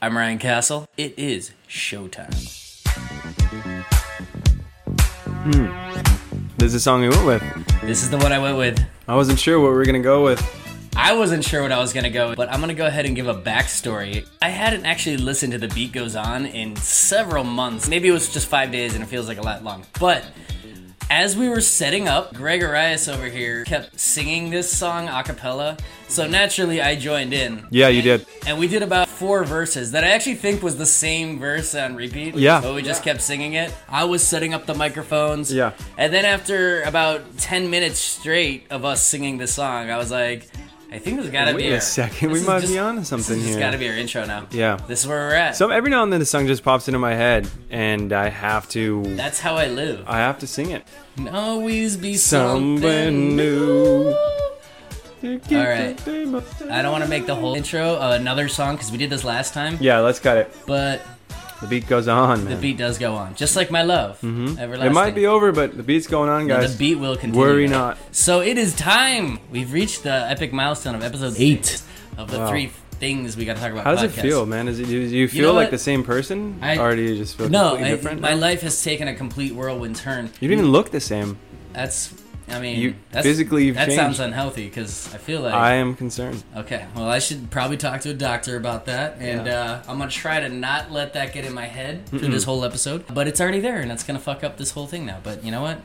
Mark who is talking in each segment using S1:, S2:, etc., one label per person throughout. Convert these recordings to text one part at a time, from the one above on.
S1: I'm Ryan Castle. It is showtime.
S2: This is the song we went with.
S1: This is the one I went with.
S2: I wasn't sure what we were gonna go with.
S1: I wasn't sure what I was gonna go, with, but I'm gonna go ahead and give a backstory. I hadn't actually listened to The Beat Goes On in several months. Maybe it was just five days and it feels like a lot long. But as we were setting up, Greg Arias over here kept singing this song a cappella. So naturally, I joined in.
S2: Yeah, you did.
S1: And we did about four verses that I actually think was the same verse on repeat.
S2: Yeah.
S1: But we just kept singing it. I was setting up the microphones.
S2: Yeah.
S1: And then after about 10 minutes straight of us singing this song, I was like, I think there's gotta be.
S2: Wait a
S1: our-
S2: second,
S1: this
S2: we
S1: is
S2: might be onto something
S1: this
S2: here.
S1: has gotta be our intro now.
S2: Yeah.
S1: This is where we're at.
S2: So every now and then the song just pops into my head, and I have to,
S1: That's how I live.
S2: I have to sing it.
S1: Can always be
S2: Uh, Something
S1: something
S2: new. All
S1: right. I don't want to make the whole intro another song because we did this last time,
S2: Yeah, let's cut it.
S1: but
S2: The beat goes on, man.
S1: the beat does go on, just like my love. Everlasting.
S2: Mm-hmm. it might be over, but the beat's going on, guys.
S1: The beat will continue.
S2: Worry not.
S1: So it is time. We've reached the epic milestone of episode eight of the
S2: Wow.
S1: three things we got to talk about.
S2: How does
S1: podcast.
S2: it feel, man? Is it, do you feel
S1: know
S2: like
S1: what?
S2: the same person,
S1: I-
S2: or do you just feel
S1: No,
S2: completely
S1: I-
S2: different?
S1: my life has taken a complete whirlwind turn.
S2: you don't even look the same.
S1: That's, I mean,
S2: You-
S1: that's,
S2: physically you've
S1: that
S2: changed.
S1: sounds unhealthy because I feel like
S2: I am concerned.
S1: okay. Well, I should probably talk to a doctor about that, and
S2: Yeah.
S1: uh, I'm gonna try to not let that get in my head through this whole episode. But it's already there, and that's gonna fuck up this whole thing now. But you know what?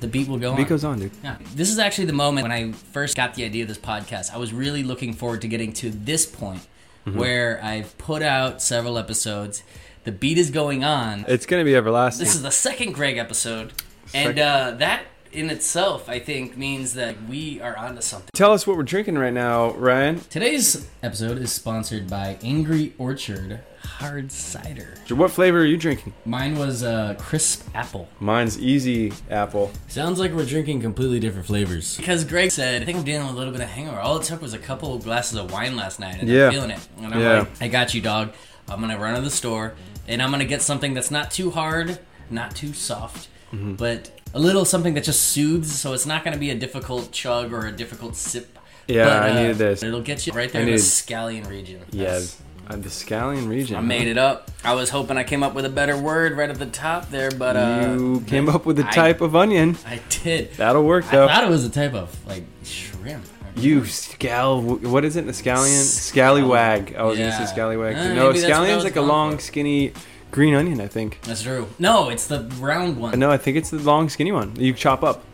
S1: The beat will go
S2: Beat
S1: on.
S2: goes on, dude.
S1: Yeah. This is actually the moment when I first got the idea of this podcast. I was really looking forward to getting to this point where I've put out several episodes. The beat is going on.
S2: It's gonna be everlasting.
S1: This is the second Greg episode. And
S2: Second.
S1: uh, that in itself, I think, means that we are onto something.
S2: Tell us what we're drinking right now, Ryan.
S1: Today's episode is sponsored by Angry Orchard Hard Cider.
S2: What flavor are you drinking?
S1: Mine was uh, crisp apple.
S2: Mine's easy apple.
S1: Sounds like we're drinking completely different flavors. Because Greg said, I think I'm dealing with a little bit of hangover. All it took was a couple of glasses of wine last night, and
S2: Yeah.
S1: I'm feeling it. And I'm
S2: Yeah.
S1: like, I got you, dog. I'm gonna run to the store, and I'm gonna get something that's not too hard, not too soft,
S2: Mm-hmm.
S1: but a little something that just soothes. So it's not gonna be a difficult chug or a difficult sip.
S2: Yeah,
S1: But,
S2: I
S1: uh,
S2: needed this.
S1: It'll get you right there
S2: I
S1: in the
S2: needed-
S1: scallion region.
S2: Yes. Uh, the Scallion region.
S1: I made it up. I was hoping I came up with a better word right at the top there, but uh,
S2: you came up with a
S1: I-
S2: type of onion.
S1: I did.
S2: That'll work
S1: I
S2: though.
S1: thought it was a type of like shrimp.
S2: you scal. What is it? The scallion? Scallywag. I was
S1: Yeah.
S2: gonna say scallywag.
S1: Uh,
S2: no,
S1: maybe that's what I
S2: scallion's
S1: was
S2: like a
S1: going
S2: long,
S1: for.
S2: skinny green onion. I think.
S1: That's true. No, it's the round one.
S2: No, I think it's the long, skinny one. that You chop up.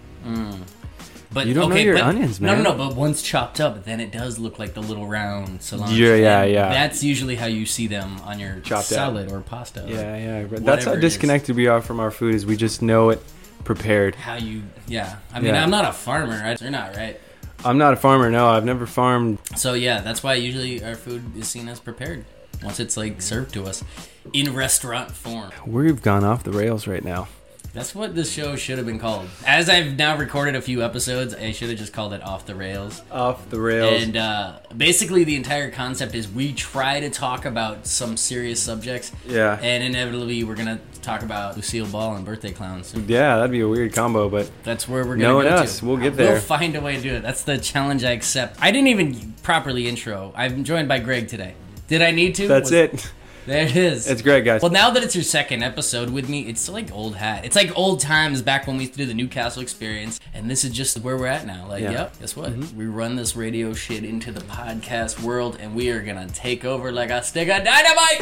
S1: but
S2: you don't know
S1: okay,
S2: your
S1: but-
S2: onions, man.
S1: No, no, no. But once chopped up, then it does look like the little round cilantro.
S2: Yeah, yeah,
S1: And
S2: yeah.
S1: That's usually how you see them on your
S2: Chopped up.
S1: salad or pasta. like,
S2: Yeah, yeah. but That's
S1: Whatever
S2: how
S1: it is.
S2: disconnected we are from our food. Is we just know it prepared.
S1: How you? Yeah. I mean,
S2: Yeah.
S1: I'm not a farmer. Right? You're not, right?
S2: I'm not a farmer. No, I've never farmed.
S1: So yeah, that's why usually our food is seen as prepared once it's like served to us in restaurant form.
S2: We've gone off the rails right now.
S1: That's what this show should have been called. As I've now recorded a few episodes, I should have just called it off the rails.
S2: Off the rails.
S1: And uh, basically, the entire concept is we try to talk about some serious subjects.
S2: Yeah.
S1: And inevitably, we're going to talk about Lucille Ball and birthday clowns.
S2: yeah, that'd be a weird combo, but
S1: That's where we're going
S2: Knowing
S1: to go
S2: us,
S1: to.
S2: we'll get
S1: We'll
S2: there.
S1: find a way to do it. That's the challenge I accept. I didn't even properly intro. I'm joined by Greg today. Did I need to?
S2: that's
S1: Was-
S2: it.
S1: There it is.
S2: It's great, guys.
S1: Well, now that it's your second episode with me, it's like old hat. It's like old times back when we used to do the Newcastle experience, and this is just where we're at now. Like,
S2: Yeah. Mm-hmm.
S1: yep, guess what? We run this radio shit into the podcast world, and we are gonna take over like a stick of dynamite.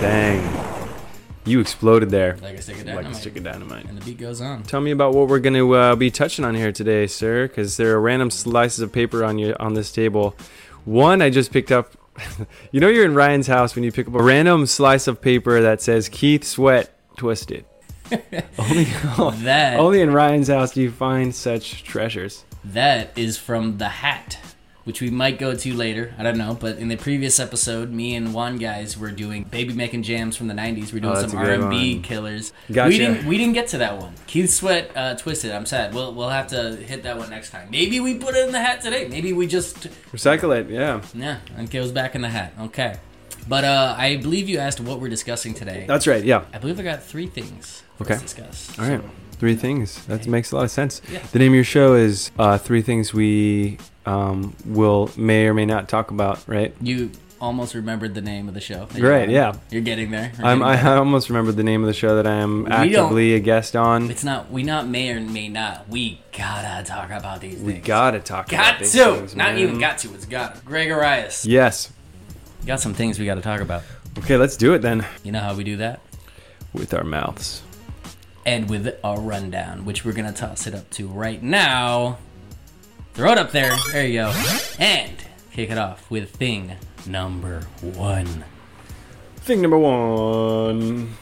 S2: Dang. You exploded there.
S1: Like a stick of
S2: Like
S1: dynamite.
S2: a stick of dynamite.
S1: and the beat goes on.
S2: Tell me about what we're going to uh, be touching on here today, sir, because there are random slices of paper on you on this table. One I just picked up. you know, you're in Ryan's house when you pick up a random slice of paper that says Keith Sweat Twisted. only,
S1: That
S2: only in Ryan's house do you find such treasures.
S1: that is from the hat. Which we might go to later. I don't know. But in the previous episode, me and Juan guys were doing baby making jams from the '90s. We're doing
S2: Oh, that's
S1: some
S2: a good
S1: R&B
S2: one.
S1: killers.
S2: Gotcha.
S1: We didn't. We didn't get to that one. Keith Sweat, uh, Twisted. I'm sad. We'll we'll have to hit that one next time. Maybe we put it in the hat today. Maybe we just
S2: Recycle it, yeah.
S1: yeah. It goes back in the hat. Okay. But uh, I believe you asked what we're discussing today.
S2: That's right, yeah.
S1: I believe I got three things for
S2: Okay.
S1: us to discuss.
S2: All right. Three things. That makes a lot of sense.
S1: Yeah.
S2: The name of your show is uh, Three Things We um, Will May or May Not Talk About, right?
S1: You almost remembered the name of the show. that you're
S2: Great,
S1: on.
S2: yeah.
S1: You're getting there. You're
S2: I'm,
S1: getting
S2: I
S1: there.
S2: I almost remembered the name of the show that I am
S1: don't-
S2: actively a guest on.
S1: It's not. We not may or may not. We gotta talk about these
S2: We
S1: things.
S2: gotta talk about
S1: got
S2: these
S1: to.
S2: things,
S1: not
S2: man.
S1: even got to. It's got. to. Greg Arias.
S2: Yes.
S1: Got some things we gotta talk about.
S2: Okay, let's do it then
S1: You know how we do that.
S2: with our mouths.
S1: And with our rundown, which we're gonna toss it up to right now. Throw it up there. There you go. And kick it off with thing number one.
S2: Thing number one.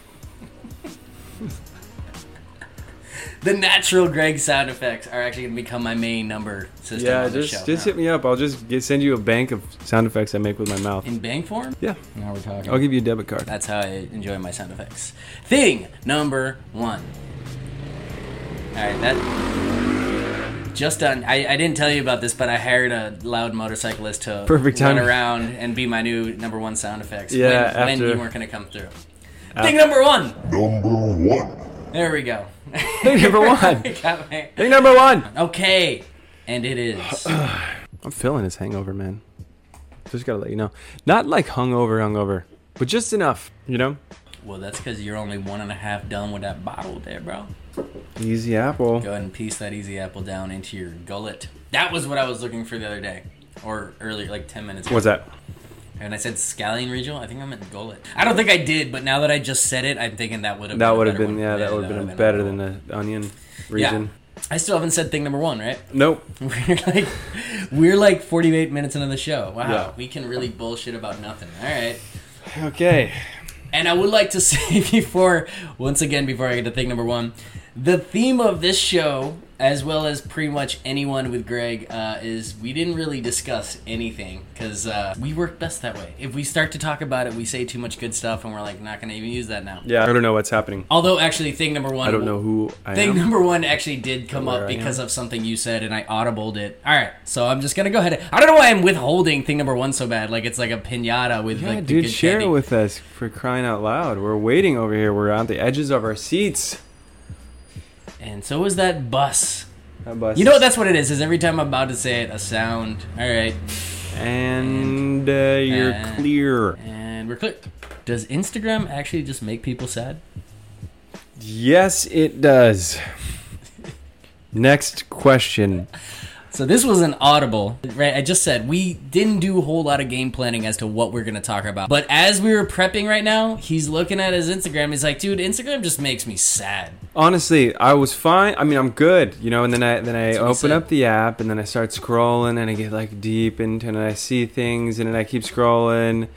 S1: The natural Greg sound effects are actually gonna become my main number system.
S2: Yeah,
S1: on the
S2: just
S1: show
S2: just
S1: now.
S2: hit me up. I'll just get, send you a bank of sound effects I make with my mouth.
S1: in bang form.
S2: Yeah, Oh,
S1: Now we're talking.
S2: I'll give you a debit card.
S1: That's how I enjoy my sound effects. Thing number one. All right, that. Just on. I, I didn't tell you about this, but I hired a loud motorcyclist to
S2: Perfect
S1: run
S2: timing.
S1: around and be my new number one sound effects.
S2: Yeah,
S1: when, when
S2: after-
S1: you weren't going to come through. Thing number one.
S3: Number one.
S1: There we go.
S2: Thing number one.
S1: Got my-
S2: Thing number one.
S1: okay, and it is.
S2: I'm feeling his hangover, man. Just gotta let you know. Not like hungover, hungover, but just enough. You know.
S1: Well, that's because you're only one and a half done with that bottle there, bro.
S2: Easy apple.
S1: Go ahead and piece that easy apple down into your gullet. That was what I was looking for the other day, or earlier, like ten minutes. ago.
S2: What's that?
S1: And I said scallion regional. I think I meant gullet. I don't think I did, but now that I just said it, I'm thinking that would have.
S2: That
S1: been a
S2: would have
S1: better
S2: been
S1: one.
S2: yeah. That would have
S1: would've
S2: been better than the onion region.
S1: Yeah. I still haven't said thing number one, right?
S2: Nope.
S1: We're like, we're like 48 minutes into the show. Wow,
S2: Yeah.
S1: we can really bullshit about nothing. All right.
S2: Okay.
S1: And I would like to say before, once again, before I get to thing number one, the theme of this show, as well as pretty much anyone with Greg, uh, is we didn't really discuss anything because uh, we work best that way. If we start to talk about it, we say too much good stuff, and we're like not going to even use that now.
S2: Yeah. I don't know what's happening.
S1: Although, actually, thing number one,
S2: I don't know who I
S1: Thing
S2: am.
S1: number one actually did come
S2: Where
S1: up
S2: I
S1: because of something you said, and I audibled it. All right, so I'm just gonna go ahead. And, I don't know why I'm withholding thing number one so bad. Like it's like a pinata with
S2: Yeah,
S1: like the
S2: dude,
S1: good
S2: share
S1: candy.
S2: it with us for crying out loud. We're waiting over here. We're on the edges of our seats.
S1: And so was that bus.
S2: That bus
S1: You know
S2: is-
S1: that's what it is. Is every time I'm about to say it, a sound. All right,
S2: And uh, you're
S1: Uh,
S2: clear.
S1: and we're clear. Does Instagram actually just make people sad?
S2: Yes, it does. Next question.
S1: So this was an audible, right? I just said we didn't do a whole lot of game planning as to what we're gonna talk about. But as we were prepping right now, he's looking at his Instagram. He's like, "Dude, Instagram just makes me sad."
S2: Honestly, I was fine. I mean, I'm good, you know. And then I then I
S1: That's what he
S2: open
S1: said.
S2: up the app, and then I start scrolling, and I get like deep into, it, and I see things, and then I keep scrolling,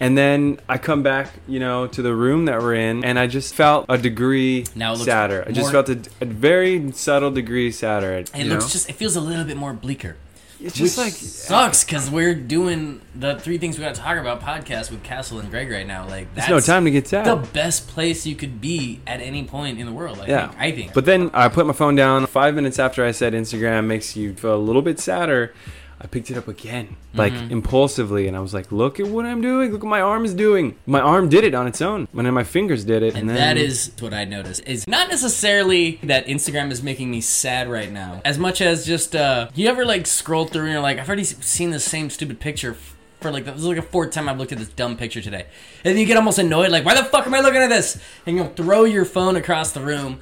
S2: and then I come back, you know, to the room that we're in, and I just felt a degree
S1: Now it looks
S2: sadder. I just
S1: more-
S2: felt a, a very subtle degree sadder. It
S1: It looks just. It feels a little bit more bleaker.
S2: it's just
S1: which
S2: like
S1: sucks because we're doing the three things we got to talk about podcast with Castle and Greg right now. Like that's
S2: there's no time to get sad.
S1: The best place you could be at any point in the world. I
S2: Yeah,
S1: think. I think.
S2: But then I put my phone down. Five minutes after I said Instagram makes you feel a little bit sadder, I picked it up again, like
S1: Mm-hmm.
S2: impulsively, and I was like, "Look at what I'm doing! Look what my arm is doing! My arm did it on its own, and then my fingers did it." And,
S1: and
S2: then
S1: that is what I noticed. Is not necessarily that Instagram is making me sad right now, as much as just uh, you ever like scroll through and you're like, I've already s- seen the same stupid picture f- for like this is like a fourth time I've looked at this dumb picture today, and then you get almost annoyed, like, why the fuck am I looking at this? And you'll throw your phone across the room.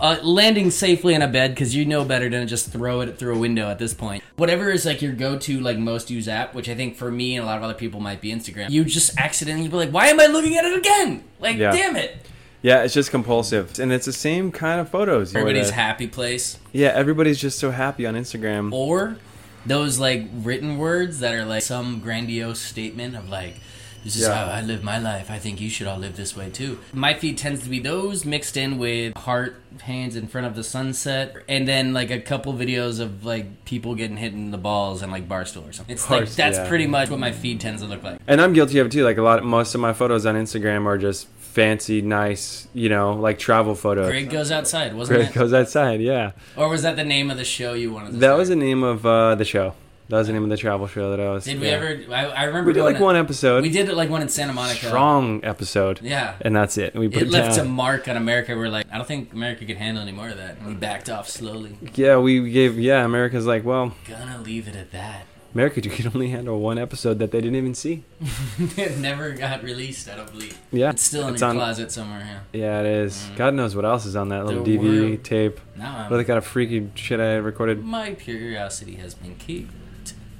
S1: Uh, landing safely in a bed because you know better than to just throw it through a window at this point. Whatever is like your go-to, like most used app, which I think for me and a lot of other people might be Instagram. You just accidentally be like, "Why am I looking at it again?" Like,
S2: Yeah.
S1: damn it!
S2: yeah, it's just compulsive, and it's the same kind of photos. you know,
S1: everybody's
S2: the-
S1: happy place
S2: yeah, everybody's just so happy on Instagram.
S1: or those like written words that are like some grandiose statement of like this is
S2: Yeah.
S1: how I live my life. I think you should all live this way too. My feed tends to be those mixed in with heart hands in front of the sunset, and then like a couple videos of like people getting hit in the balls and like barstool or something. It's like
S2: Bars-
S1: that's
S2: yeah.
S1: pretty much what my feed tends to look like.
S2: And I'm guilty of it too. Like a lot, most of my photos on Instagram are just fancy, nice, you know, like travel photos.
S1: Greg goes outside, wasn't
S2: Greg
S1: it?
S2: goes outside. Yeah.
S1: Or was that the name of the show you wanted? to
S2: That
S1: start?
S2: was the name of uh, the show. That was the name of the travel show that I was.
S1: Did we
S2: yeah.
S1: ever? I, I remember
S2: We did
S1: doing
S2: like
S1: it.
S2: one episode.
S1: We did it like one in Santa Monica.
S2: strong episode.
S1: Yeah.
S2: And that's it. We put
S1: it
S2: it
S1: left a
S2: down.
S1: mark on America. We're like, I don't think America could handle any more of that. And we backed off slowly.
S2: Yeah, we gave. Yeah, America's like, well,
S1: Gonna leave it at that.
S2: America could only handle one episode that they didn't even see.
S1: it never got released, I don't believe.
S2: Yeah,
S1: It's still in
S2: it's
S1: your
S2: on-
S1: closet somewhere, yeah.
S2: Yeah, it is. God knows what else is on that little
S1: The
S2: DVD
S1: world.
S2: tape.
S1: Now I'm
S2: What the kind of freaky shit I recorded?
S1: My curiosity has been kicked.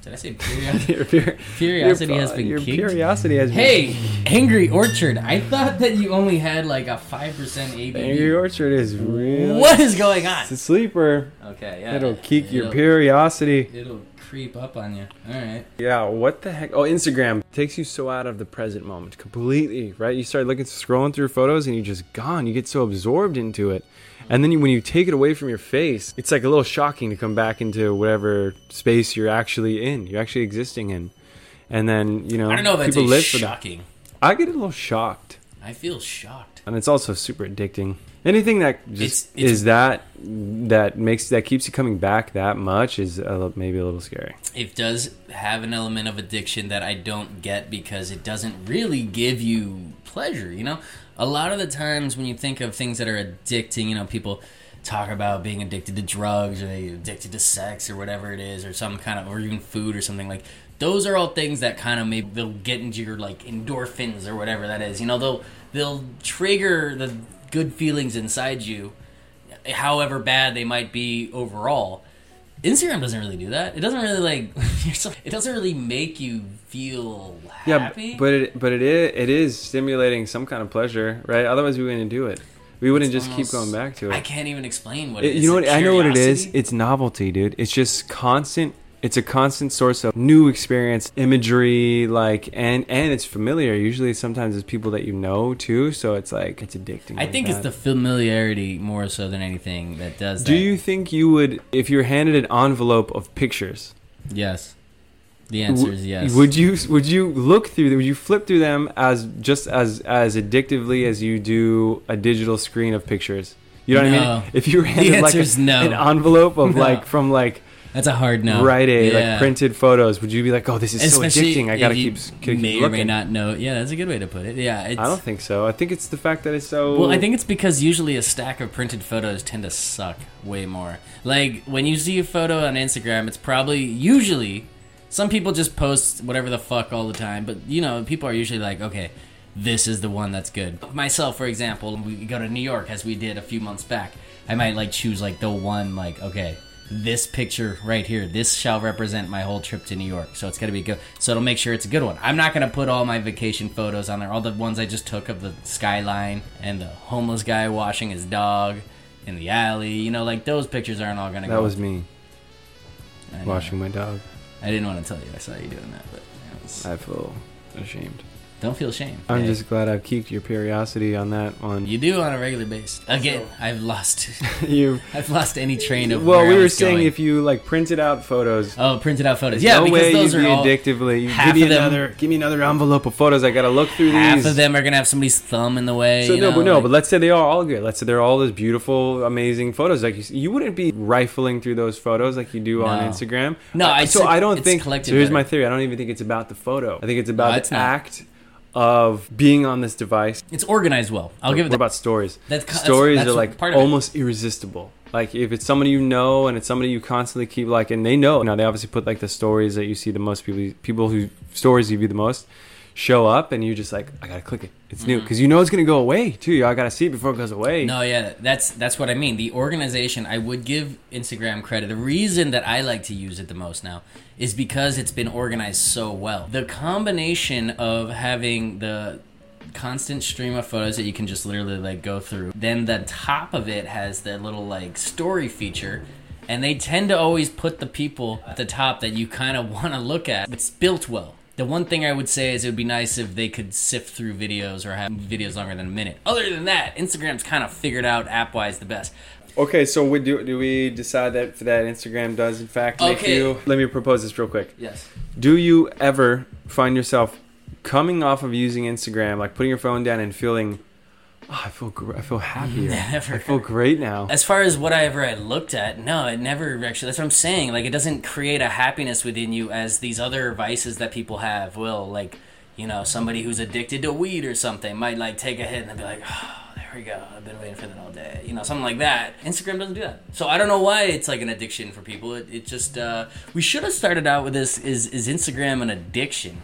S1: Did I say curiosity?
S2: Your pure-
S1: Curiosity
S2: your-
S1: has been
S2: Your
S1: kicked.
S2: curiosity has been
S1: hey, Angry Orchard. I thought that you only had like a five percent ABV.
S2: Angry Orchard is really.
S1: What is going on?
S2: It's a sleeper.
S1: Okay, yeah.
S2: It'll kick your
S1: It'll-
S2: curiosity.
S1: It'll creep up on you. All right.
S2: Yeah, what the heck? Oh, Instagram takes you so out of the present moment completely, right? You start looking, scrolling through photos, and you're just gone. You get so absorbed into it. And then you, when you take it away from your face, it's like a little shocking to come back into whatever space you're actually in, you're actually existing in. And then, you know,
S1: I don't know if that's a
S2: people live for that.
S1: shocking.
S2: I get a little shocked.
S1: I feel shocked.
S2: And it's also super addicting. Anything that just
S1: It's- it's-
S2: is that that makes that keeps you coming back that much is a, li- maybe a little scary.
S1: It does have an element of addiction that I don't get because it doesn't really give you pleasure, you know? A lot of the times when you think of things that are addicting, you know, people talk about being addicted to drugs or they addicted to sex or whatever it is or some kind of or even food or something like those are all things that kind of maybe they'll get into your like endorphins or whatever that is. You know, they'll they'll trigger the good feelings inside you however bad they might be overall. Instagram doesn't really do that. It doesn't really like you're so, it doesn't really make you feel
S2: Yeah,
S1: happy.
S2: but it but it is, it is stimulating some kind of pleasure, right? Otherwise, we wouldn't do it. We wouldn't
S1: It's
S2: just keep
S1: almost-
S2: going back to
S1: I
S2: it.
S1: can't even explain what
S2: It-
S1: it is.
S2: you know what?
S1: Is it
S2: I know what it is.
S1: curiosity?
S2: It's novelty, dude. It's just constant. It's a constant source of new experience, imagery, like, and and it's familiar. Usually, sometimes it's people that you know too, so it's like it's addicting.
S1: I
S2: like
S1: think it's
S2: that.
S1: the familiarity more so than anything that does
S2: Do
S1: that.
S2: you think you would, if you're handed an envelope of pictures,
S1: Yes. The answer is
S2: w-
S1: yes.
S2: Would you would you look through them? Would you flip through them as just as as addictively as you do a digital screen of pictures? You know what I
S1: No.
S2: mean? If you were handed like
S1: answer's
S2: a-
S1: no.
S2: an envelope of
S1: No.
S2: like from like
S1: That's a hard no.
S2: Rite Aid,
S1: Yeah.
S2: like printed photos, would you be like, "Oh, this is
S1: Especially
S2: so addicting. I
S1: if
S2: gotta
S1: you
S2: keep, s- keep
S1: may
S2: looking."
S1: or may not know. Yeah, that's a good way to put it. Yeah, it's,
S2: I don't think so. I think it's the fact that it's so.
S1: Well, I think it's because usually a stack of printed photos tend to suck way more. Like when you see a photo on Instagram, it's probably usually some people just post whatever the fuck all the time, but you know, people are usually like, okay, this is the one that's good. Myself, for example, we go to New York as we did a few months back. I might like choose like the one like okay, this picture right here, this shall represent my whole trip to New York. So it's got to be good. So it'll make sure it's a good one. I'm not going to put all my vacation photos on there. All the ones I just took of the skyline and the homeless guy washing his dog in the alley. You know, like those pictures aren't all going to go.
S2: that was me
S1: I know.
S2: washing my dog.
S1: I didn't want to tell you. I saw you doing that, but it was-
S2: I feel ashamed.
S1: don't feel shame.
S2: I'm
S1: Hey,
S2: just glad I've kicked your curiosity on that one.
S1: You do on a regular basis. Again, I've lost.
S2: you
S1: I've lost any train of.
S2: well,
S1: where
S2: we
S1: I
S2: were
S1: was
S2: saying
S1: going.
S2: if you like printed out photos,
S1: Oh, printed out photos.
S2: There's
S1: Yeah,
S2: no
S1: because
S2: way
S1: those
S2: you'd
S1: are
S2: be
S1: all.
S2: addictively. You
S1: half
S2: give me
S1: of them-
S2: another, give me another envelope of photos. I gotta look through
S1: half
S2: these.
S1: of them are gonna have somebody's thumb in the way.
S2: So
S1: you
S2: no,
S1: know,
S2: but no,
S1: like-
S2: but let's say they are all good. Let's say they're all those beautiful, amazing photos. Like you, s- you wouldn't be rifling through those photos like you do on
S1: No.
S2: Instagram.
S1: No,
S2: I,
S1: I
S2: so
S1: said
S2: I don't
S1: it's
S2: think. So
S1: collected
S2: here's
S1: better.
S2: my theory. I don't even think it's about the photo. I think it's about
S1: it's
S2: the
S1: not.
S2: act of being on this device.
S1: it's organized well. I'll give it
S2: What
S1: that.
S2: about stories?
S1: That's co- that's-
S2: stories
S1: that's
S2: are like
S1: part of it.
S2: almost irresistible. Like if it's somebody you know and it's somebody you constantly keep like, and they know. Now they obviously put like the stories that you see the most people people who stories you view the most show up, and you just like, I gotta click it. It's new because you know it's gonna go away too. I gotta see it before it goes away.
S1: Mm-hmm. No, yeah, that's that's what I mean. The organization, I would give Instagram credit. The reason that I like to use it the most now is because it's been organized so well. The combination of having the constant stream of photos that you can just literally like go through, then the top of it has the little like story feature. And they tend to always put the people at the top that you kind of want to look at. It's built well. The one thing I would say is it would be nice if they could sift through videos or have videos longer than a minute. Other than that, Instagram's kind of figured out app wise the best.
S2: Okay, so we do do we decide that for that Instagram does in fact make
S1: Okay.
S2: you? Let me propose this real quick.
S1: Yes.
S2: Do you ever find yourself coming off of using Instagram, like putting your phone down and feeling, oh, I feel gr- I feel happier.
S1: Never.
S2: I feel great now.
S1: As far as whatever I looked at, no, it never actually. That's what I'm saying. Like, it doesn't create a happiness within you as these other vices that people have will. Like, you know, somebody who's addicted to weed or something might like take a hit and be like, oh, there here we go. I've been waiting for that all day. You know, something like that. Instagram doesn't do that. So I don't know why it's like an addiction for people. It, it just uh, we should have started out with this. Is is Instagram an addiction?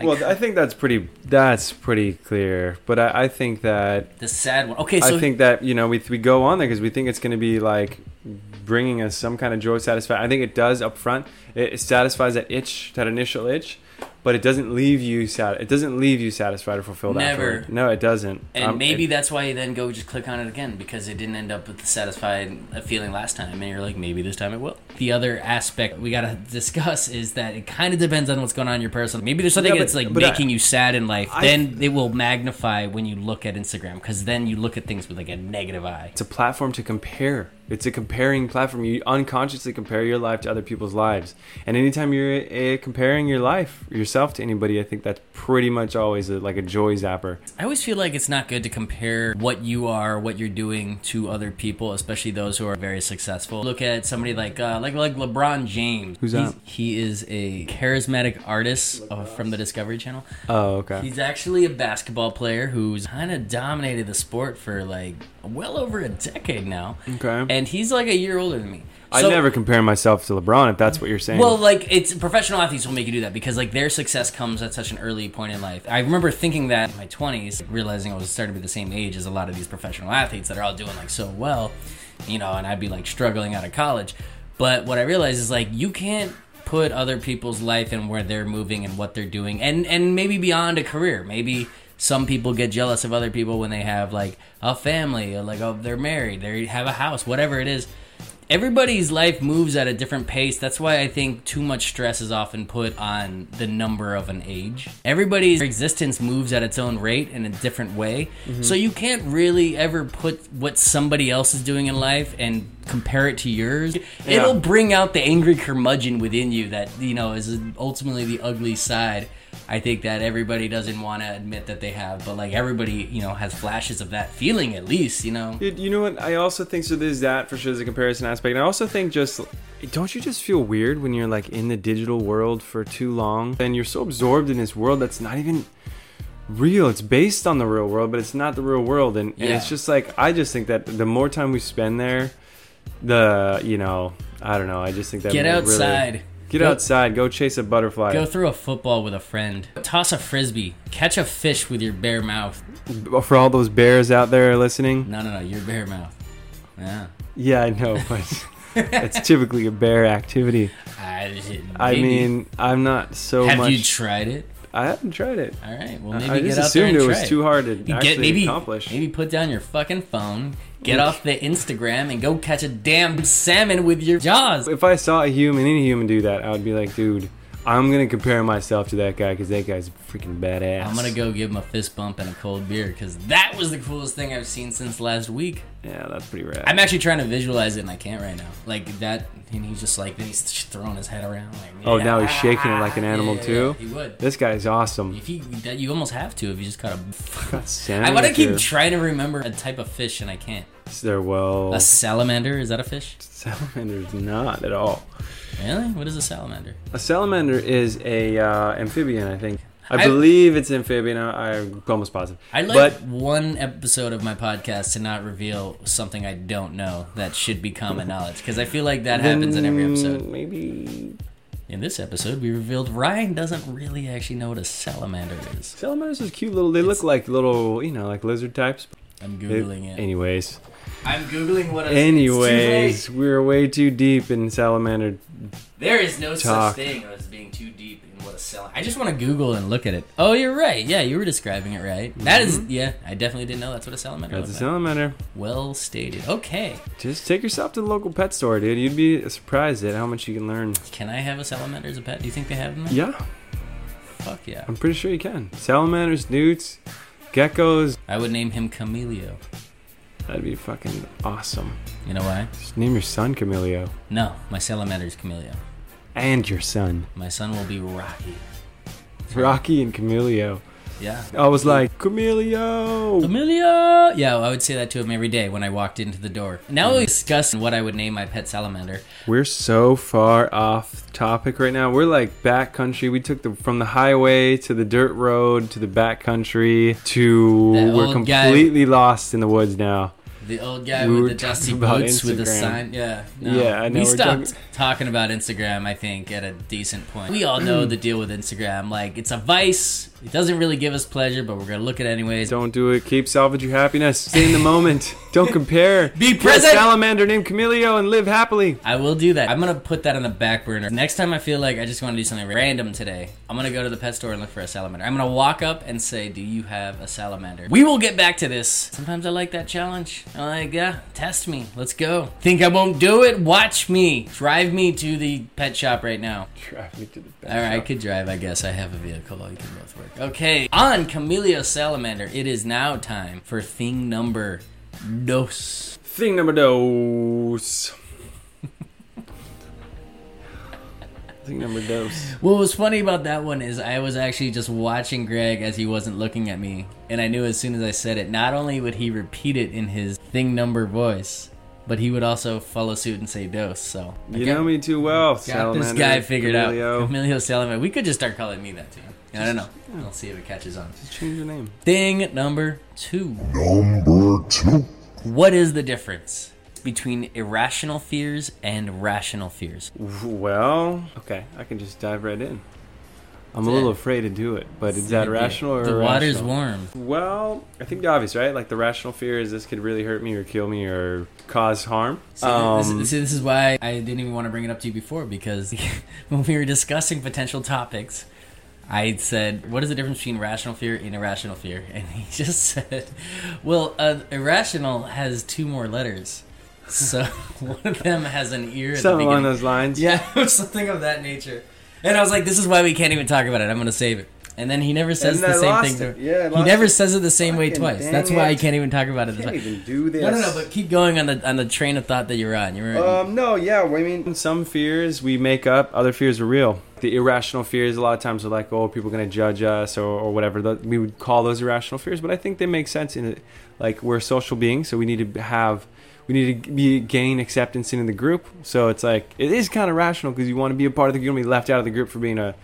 S2: Well, I think that's pretty. That's pretty clear. But I, I think that
S1: The sad one. Okay, so
S2: I think that you know we we go on there because we think it's going to be like bringing us some kind of joy satisfaction. I think it does up front. It, it satisfies that itch, that initial itch, but it doesn't leave you sat. It doesn't leave you satisfied or fulfilled.
S1: Never.
S2: afterward. No, it doesn't.
S1: And
S2: Um,
S1: maybe
S2: it-
S1: that's why you then go just click on it again because it didn't end up with the satisfied uh, feeling last time. And you're like, maybe this time it will. The other aspect we got to discuss is that it kind of depends on what's going on in your person. Maybe there's something
S2: Yeah, but-
S1: that's like
S2: but I-
S1: making you sad in life.
S2: I-
S1: then it will magnify when you look at Instagram because then you look at things with like a negative eye.
S2: it's a platform to compare. It's a comparing platform. You unconsciously compare your life to other people's lives, and anytime you're uh, comparing your life yourself to anybody, I think that's pretty much always a, like a joy zapper.
S1: I always feel like it's not good to compare what you are, what you're doing to other people, especially those who are very successful. Look at somebody like uh, like like LeBron James.
S2: Who's
S1: He's-
S2: that?
S1: He is a charismatic artist of, from the Discovery Channel.
S2: Oh, okay.
S1: He's actually a basketball player who's kind of dominated the sport for like well over a decade now.
S2: Okay.
S1: And he's like a year older than me.
S2: I
S1: So-
S2: never compare myself to LeBron if that's what you're saying.
S1: well, like it's professional athletes will make you do that because like their success comes at such an early point in life. I remember thinking that in my twenties, realizing I was starting to be the same age as a lot of these professional athletes that are all doing like so well, you know, and I'd be like struggling out of college. But what I realized is like you can't put other people's life and where they're moving and what they're doing and and maybe beyond a career. Maybe some people get jealous of other people when they have like a family, or like oh they're married, they have a house, whatever it is everybody's life moves at a different pace. That's why I think too much stress is often put on the number of an age. Everybody's existence moves at its own rate in a different way. So you can't really ever put what somebody else is doing in life and compare it to yours. It'll bring out the angry curmudgeon within you that, you know, is ultimately the ugly side. I think that everybody doesn't want to admit that they have, but like everybody, you know, has flashes of that feeling at least, you know.
S2: Dude, you know what? I also think so. There's that for sure as a comparison aspect. And I also think just don't you just feel weird when you're like in the digital world for too long and you're so absorbed in this world that's not even real. It's based on the real world, but it's not the real world. And, and it's
S1: Yeah.
S2: just like I just think that the more time we spend there, the you know I don't know. I just think that
S1: Get
S2: really-
S1: outside.
S2: Get
S1: Go-
S2: outside. Go chase a butterfly.
S1: Go through a football with a friend. Toss a frisbee. Catch a fish with your bare mouth.
S2: For all those bears out there listening,
S1: No, no, no, your bare mouth. Yeah.
S2: Yeah, I know, but it's typically a bear activity.
S1: I,
S2: I
S1: maybe.
S2: mean, I'm not so
S1: have
S2: much.
S1: you tried it?
S2: I haven't tried it.
S1: All right. Well, maybe
S2: I I
S1: get
S2: just
S1: out there
S2: assumed
S1: and
S2: it
S1: try
S2: was too hard to
S1: You
S2: actually
S1: get maybe
S2: accomplish.
S1: maybe put down your fucking phone. Get off the Instagram and go catch a damn salmon with your jaws.
S2: If I saw a human, any human do that, I would be like, dude, I'm gonna compare myself to that guy because that guy's freaking badass.
S1: I'm gonna go give him a fist bump and a cold beer because that was the coolest thing I've seen since last week.
S2: Yeah, that's pretty rad.
S1: I'm actually trying to visualize it and I can't right now. Like that, and he's just like then he's throwing his head around. Like,
S2: oh, now he's shaking it like an
S1: Yeah,
S2: animal
S1: yeah,
S2: too.
S1: yeah, He would.
S2: This guy's awesome.
S1: If he, that, you almost have to if you just caught a.
S2: Got salmon
S1: I want to keep
S2: too.
S1: trying to remember a type of fish and I can't.
S2: They're well.
S1: A salamander is that a fish?
S2: salamander's not at all.
S1: Really? What is a salamander?
S2: A salamander is a uh, amphibian, I think. I,
S1: I-
S2: believe it's amphibian. I, I'm almost positive.
S1: I like
S2: but
S1: one episode of my podcast to not reveal something I don't know that should be common knowledge because I feel like that happens in every episode.
S2: Maybe
S1: In this episode, we revealed Ryan doesn't really actually know what a salamander is.
S2: salamanders is cute little. They look like little, you know, like lizard types.
S1: I'm
S2: They-
S1: googling it.
S2: Anyways,
S1: I'm googling what a
S2: anyways, we're way too deep in salamander.
S1: There is no
S2: Talk.
S1: such thing as being too deep in what a sell. I just want to Google and look at it. Oh, you're right. Yeah, you were describing it right. That is, yeah, I definitely didn't know that's what a salamander
S2: Mm-hmm. That's a
S1: was.
S2: salamander.
S1: well stated. Okay,
S2: Just take yourself to the local pet store, dude. You'd be surprised at how much you can learn.
S1: can I have a salamander as a pet? Do you think they have them? there?
S2: Yeah,
S1: Fuck yeah.
S2: I'm pretty sure you can. Salamanders, newts, geckos.
S1: I would name him Camellio.
S2: That'd be fucking awesome.
S1: You know why?
S2: Just name your son Camellio.
S1: No, my salamander is Camellio.
S2: And your son.
S1: My son will be Rocky.
S2: Rocky and Camellio.
S1: Yeah.
S2: I was like, Camelio.
S1: Amelia! Yeah, I would say that to him every day when I walked into the door. Now
S2: Mm.
S1: we discuss what I would name my pet salamander.
S2: We're so far off topic right now. We're like backcountry. We took the from the highway to the dirt road to the backcountry to
S1: That
S2: we're
S1: old guy-
S2: completely lost in the woods now.
S1: The old guy
S2: We were
S1: with the dusty
S2: talking about
S1: boots with the
S2: Instagram.
S1: sign. Yeah. No.
S2: Yeah, I know
S1: We
S2: we're
S1: stopped talking
S2: talking-
S1: about Instagram, I think, at a decent point. We all know the deal with Instagram. Like, it's a vice. It doesn't really give us pleasure, but we're going to look at it anyways.
S2: Don't do it. Keep salvage your happiness. Stay in the moment. Don't compare.
S1: Be
S2: Get a
S1: present.
S2: salamander named Camelio and live happily.
S1: I will do that. I'm going to put that on the back burner. Next time I feel like I just want to do something random today, I'm going to go to the pet store and look for a salamander. I'm going to walk up and say, Do you have a salamander? We will get back to this. Sometimes I like that challenge. i like, Yeah, test me. Let's go. Think I won't do it? Watch me. Drive me to the pet shop right now.
S2: Drive me to the back.
S1: All right, I could drive, I guess. I have a vehicle. You can both work. Okay, on Camellia Salamander, it is now time for thing number dos.
S2: Thing number dos. Thing number dos.
S1: What was funny about that one is I was actually just watching Greg as he wasn't looking at me, and I knew as soon as I said it, not only would he repeat it in his thing number voice, but he would also follow suit and say dos. So I
S2: You
S1: got-
S2: know me too well,
S1: got
S2: salamander.
S1: this guy figured out.
S2: Camelio.
S1: Camellia Salamander. We could just start calling me that too. I don't know. I'll see if it catches on.
S2: Just change your name.
S1: Thing number two.
S3: Number two.
S1: What is the difference between irrational fears and rational fears?
S2: Well, okay, I can just dive right in. I'm a
S1: Yeah.
S2: little afraid to do it, but is that rational or
S1: The
S2: irrational?
S1: water's warm.
S2: Well, I think the obvious, right? Like the rational fear is this could really hurt me or kill me or cause harm.
S1: See, this,
S2: Um,
S1: is- see, this is why I didn't even want to bring it up to you before because when we were discussing potential topics, I said, "What is the difference between rational fear and irrational fear?" And he just said, "Well, uh, irrational has two more letters, so one of them has an ear." At the
S2: something along
S1: beginning.
S2: those lines.
S1: Yeah, or something of that nature. And I was like, this is why we can't even talk about it. I'm going to save it. And then he never says
S2: And
S1: the
S2: I
S1: same
S2: lost
S1: thing. to-
S2: it. Yeah, I
S1: he
S2: lost
S1: never
S2: it.
S1: says it the same way
S2: Fucking
S1: twice.
S2: dang
S1: That's why I
S2: it.
S1: can't even talk about it.
S2: Can't
S1: This way.
S2: even do this.
S1: No, no, no. But keep going on the on the train of thought that you're on. You're right.
S2: Um, no, yeah. well, I mean, some fears we make up, other fears are real. The irrational fears, a lot of times, are like, oh, people going to judge us or, or whatever. Th- We would call those irrational fears, but I think they make sense in it. Like, we're social beings, so we need to have, we need to be, gain acceptance into the group. So it's like, it is kind of rational because you want to be a part of the group, you don't wanna be left out of the group for being a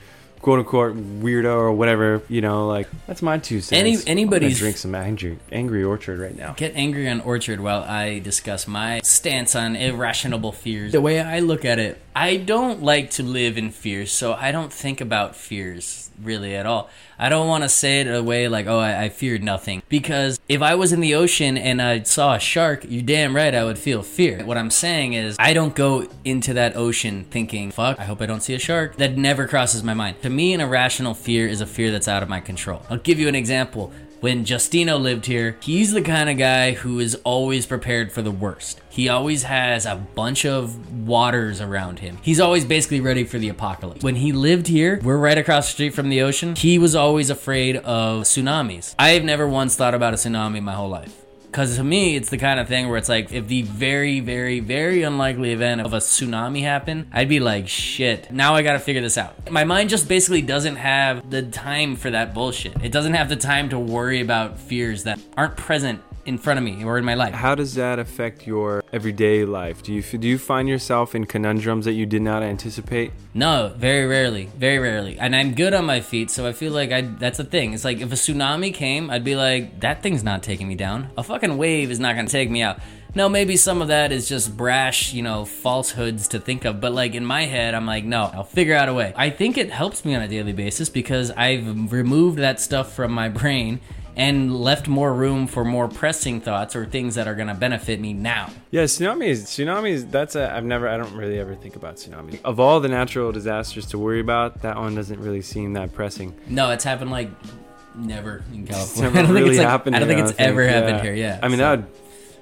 S2: quote unquote weirdo or whatever. You know, like, that's my two cents.
S1: Any-
S2: I'm gonna
S1: anybody's-
S2: drink some angry, angry orchard right now.
S1: Get angry on Orchard while I discuss my stance on irrational fears. The way I look at it, I don't like to live in fear, so I don't think about fears really at all. I don't want to say it in a way like, oh, I, I feared nothing. Because if I was in the ocean and I saw a shark, you damn right I would feel fear. What I'm saying is, I don't go into that ocean thinking, fuck, I hope I don't see a shark. That never crosses my mind. To me, an irrational fear is a fear that's out of my control. I'll give you an example. When Justino lived here, he's the kind of guy who is always prepared for the worst. He always has a bunch of waters around him. He's always basically ready for the apocalypse. When he lived here, we're right across the street from the ocean. He was always afraid of tsunamis. I have never once thought about a tsunami in my whole life. Because to me, it's the kind of thing where it's like, if the very, very, very unlikely event of a tsunami happened, I'd be like, shit, now I gotta figure this out. My mind just basically doesn't have the time for that bullshit. It doesn't have the time to worry about fears that aren't present in front of me or in my life.
S2: How does that affect your everyday life? Do you do you find yourself in conundrums that you did not anticipate?
S1: No, very rarely, very rarely. And I'm good on my feet, so I feel like I that's the thing. It's like if a tsunami came, I'd be like, that thing's not taking me down. A fucking wave is not gonna take me out. No, maybe some of that is just brash, you know, falsehoods to think of, but like in my head, I'm like, no, I'll figure out a way. I think it helps me on a daily basis because I've removed that stuff from my brain and left more room for more pressing thoughts or things that are gonna benefit me now.
S2: Yeah, tsunamis. Tsunamis. That's a. I've never. I don't really ever think about tsunamis. Of all the natural disasters to worry about, that one doesn't really seem that pressing.
S1: No, it's happened like never in California.
S2: Never
S1: I don't
S2: really
S1: think it's, like-
S2: happened.
S1: I don't
S2: here,
S1: think it's ever happened here. Yeah.
S2: I mean
S1: so-
S2: that would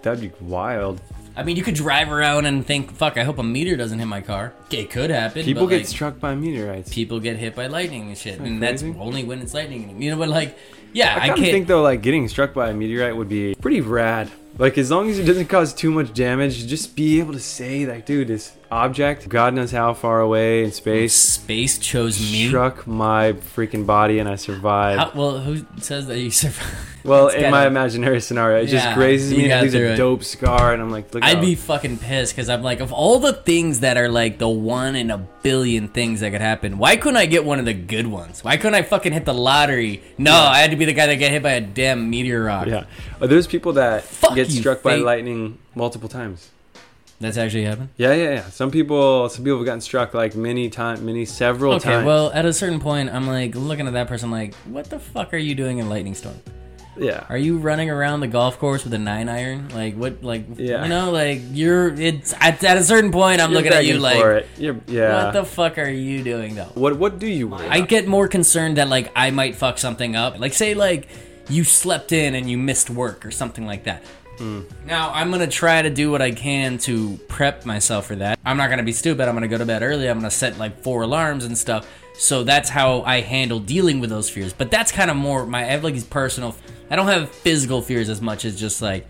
S2: that'd be wild.
S1: I mean, you could drive around and think, "Fuck, I hope a meteor doesn't hit my car." It could happen.
S2: People
S1: but,
S2: get
S1: like,
S2: struck by meteorites.
S1: people get hit by lightning and shit, and
S2: crazy?
S1: that's only when it's lightning. You know, but like, yeah, I,
S2: I kind
S1: can't.
S2: of think though, like getting struck by a meteorite would be pretty rad. Like as long as it doesn't cause too much damage, just be able to say, like, dude, this object, God knows how far away in space,
S1: Space chose me.
S2: struck my freaking body and I survived.
S1: How- well, who says that you survived?
S2: well,
S1: It's
S2: in
S1: gotta-
S2: my imaginary scenario, it
S1: Yeah,
S2: just grazes
S1: you
S2: me and
S1: got
S2: it leaves
S1: through
S2: a
S1: it.
S2: dope scar, and I'm like, look.
S1: I'd
S2: how-
S1: be fucking pissed because I'm like, of all the things that are like the one in a billion things that could happen, why couldn't I get one of the good ones? Why couldn't I fucking hit the lottery? No, I had to be the guy that got hit by a damn meteor rock.
S2: Yeah, Oh, there's people that
S1: Fuck
S2: get
S1: you,
S2: struck by
S1: fate.
S2: lightning multiple times.
S1: That's actually happened?
S2: Yeah, yeah, yeah. Some people, some people have gotten struck like many times, many several
S1: Okay,
S2: times.
S1: well, at a certain point, I'm like looking at that person like, what the fuck are you doing in Lightning Storm?
S2: yeah.
S1: Are you running around the golf course with a nine iron? Like, what, like,
S2: Yeah.
S1: you know, like, you're, it's, at, at a certain point, I'm
S2: You're
S1: looking at you
S2: begging
S1: like,
S2: for it. You're- yeah.
S1: what the fuck are you doing though?
S2: what what do you want?
S1: I get more concerned that like I might fuck something up. Like say like you slept in and you missed work or something like that.
S2: Hmm.
S1: Now I'm gonna try to do what I can to prep myself for that. I'm not gonna be stupid. I'm gonna go to bed early. I'm gonna set like four alarms and stuff. So that's how I handle dealing with those fears. But that's kind of more my I have like these personal. I don't have physical fears as much as just like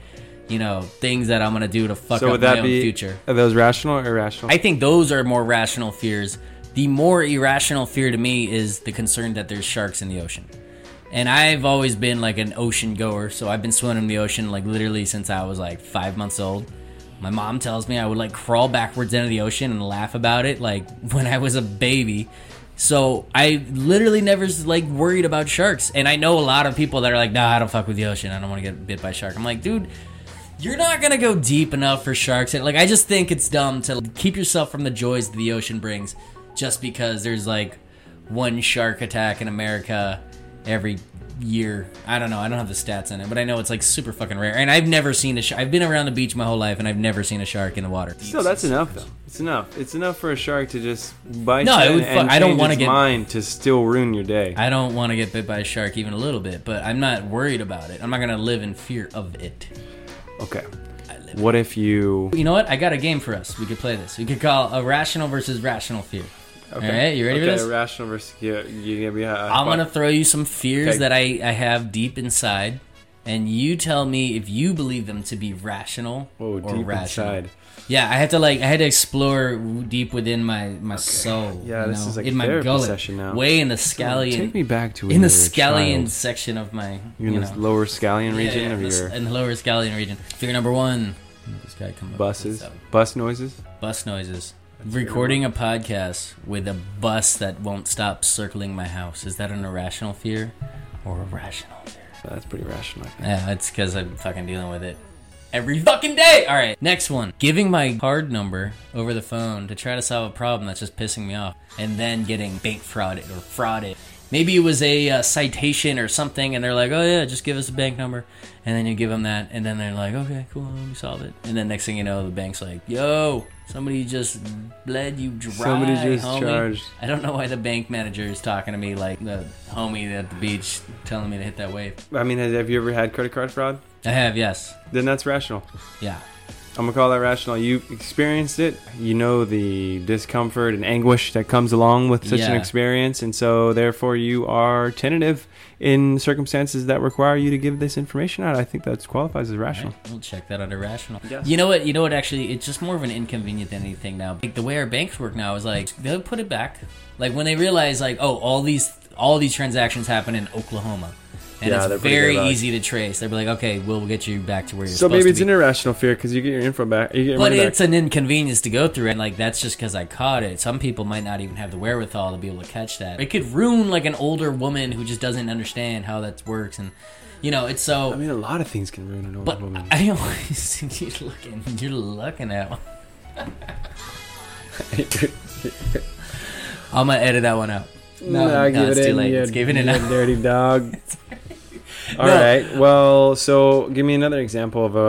S1: you know things that I'm gonna do to fuck
S2: so
S1: up
S2: would
S1: my
S2: that
S1: own
S2: be
S1: future.
S2: Are those rational or irrational?
S1: I think those are more rational fears. The more irrational fear to me is the concern that there's sharks in the ocean. And I've always been like an ocean goer, so I've been swimming in the ocean like literally since I was like five months old. My mom tells me I would like crawl backwards into the ocean and laugh about it like when I was a baby. So I literally never like worried about sharks. And I know a lot of people that are like, nah, I don't fuck with the ocean. I don't want to get bit by a shark. I'm like, dude, you're not gonna go deep enough for sharks. Like I just think it's dumb to keep yourself from the joys that the ocean brings, just because there's like one shark attack in America every year. I don't know. I don't have the stats in it, but I know it's like super fucking rare. And I've never seen a. Sh- I've been around the beach my whole life, and I've never seen a shark in the water.
S2: Still, that's enough though. It's enough. It's enough for a shark to just bite
S1: No,
S2: you
S1: it would
S2: and
S1: fu- I don't
S2: change
S1: wanna
S2: its
S1: get-
S2: mind to still ruin your day.
S1: I don't want to get bit by a shark even a little bit, but I'm not worried about it. I'm not gonna live in fear of it.
S2: okay. What if you?
S1: You know what? I got a game for us. We could play this. We could call a rational versus rational fear.
S2: Okay.
S1: All right, you ready for
S2: okay,
S1: this?
S2: Rational versus yeah, yeah, yeah,
S1: I'm gonna throw you some fears
S2: Okay.
S1: that I, I have deep inside, and you tell me if you believe them to be rational
S2: Whoa,
S1: or
S2: deep
S1: rational.
S2: inside.
S1: Yeah, I had to like I had to explore w- deep within my my soul.
S2: Yeah,
S1: you
S2: this
S1: know,
S2: is like
S1: in my
S2: therapy
S1: gullet,
S2: session now.
S1: way in the
S2: Take
S1: scallion,
S2: me back to when
S1: in the
S2: you were a
S1: scallion
S2: child.
S1: section of my
S2: You're
S1: you
S2: in
S1: know
S2: this lower scallion
S1: Yeah,
S2: region
S1: yeah,
S2: of
S1: this-
S2: your
S1: in the lower scallion region. Fear number one. This guy come up with
S2: buses,
S1: stuff.
S2: bus noises.
S1: bus noises. Recording a podcast with a bus that won't stop circling my house. Is that an irrational fear or a rational fear?
S2: That's pretty rational. I think.
S1: Yeah, it's because I'm fucking dealing with it every fucking day. All right, next one. Giving my card number over the phone to try to solve a problem that's just pissing me off, and then getting bank frauded or frauded. Maybe it was a uh, citation or something, and they're like, "Oh yeah, just give us a bank number," and then you give them that, and then they're like, "Okay, cool, let me solve it." And then next thing you know, the bank's like, "Yo, somebody just bled you dry."
S2: Somebody just
S1: homie."
S2: charged.
S1: I don't know why the bank manager is talking to me like the homie at the beach telling me to hit that wave.
S2: I mean, have you ever had credit card fraud?
S1: I have yes.
S2: Then that's rational.
S1: Yeah.
S2: I'm gonna call that rational. You experienced it. You know the discomfort and anguish that comes along with such an
S1: Yeah.
S2: experience, and so therefore you are tentative in circumstances that require you to give this information out. I think that qualifies as rational.
S1: We'll check that under rational.
S2: Yes.
S1: You know what? You know what? Actually, it's just more of an inconvenient than anything now. Like the way our banks work now is like they'll put it back. Like when they realize, like, oh, all these all these transactions happen in Oklahoma, and
S2: Yeah, they're
S1: it's
S2: pretty good
S1: very
S2: about it.
S1: easy to trace. They'll be like, okay, we'll get you back to where you're
S2: So
S1: supposed
S2: maybe it's
S1: to
S2: an
S1: be.
S2: irrational fear because you get your info back. You get your
S1: but
S2: money back.
S1: it's an inconvenience to go through, and like that's just because I caught it. Some people might not even have the wherewithal to be able to catch that. It could ruin like an older woman who just doesn't understand how that works, and you know, it's so.
S2: I mean, a lot of things can ruin an old
S1: But
S2: woman.
S1: I always think you're looking. You're looking at one. I'm gonna edit that one out. No, no, it's too late. It's giving it out.
S2: dirty dog. All
S1: No.
S2: right. Well, so give me another example of a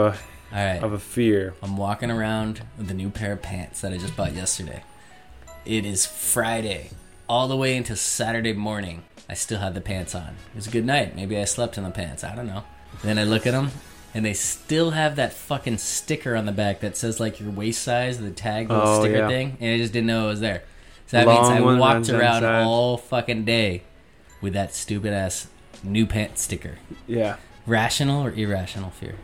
S1: All right.
S2: of a fear.
S1: I'm walking around with a new pair of pants that I just bought yesterday. It is Friday, all the way into Saturday morning. I still had the pants on. It was a good night. Maybe I slept in the pants. I don't know. Then I look at them, and they still have that fucking sticker on the back that says like your waist size, the tag little
S2: Oh,
S1: sticker
S2: yeah.
S1: thing, and I just didn't know it was there. So that
S2: Long
S1: means I
S2: one
S1: walked
S2: runs
S1: around
S2: inside.
S1: all fucking day with that stupid ass new pants sticker.
S2: Yeah.
S1: Rational or irrational fear?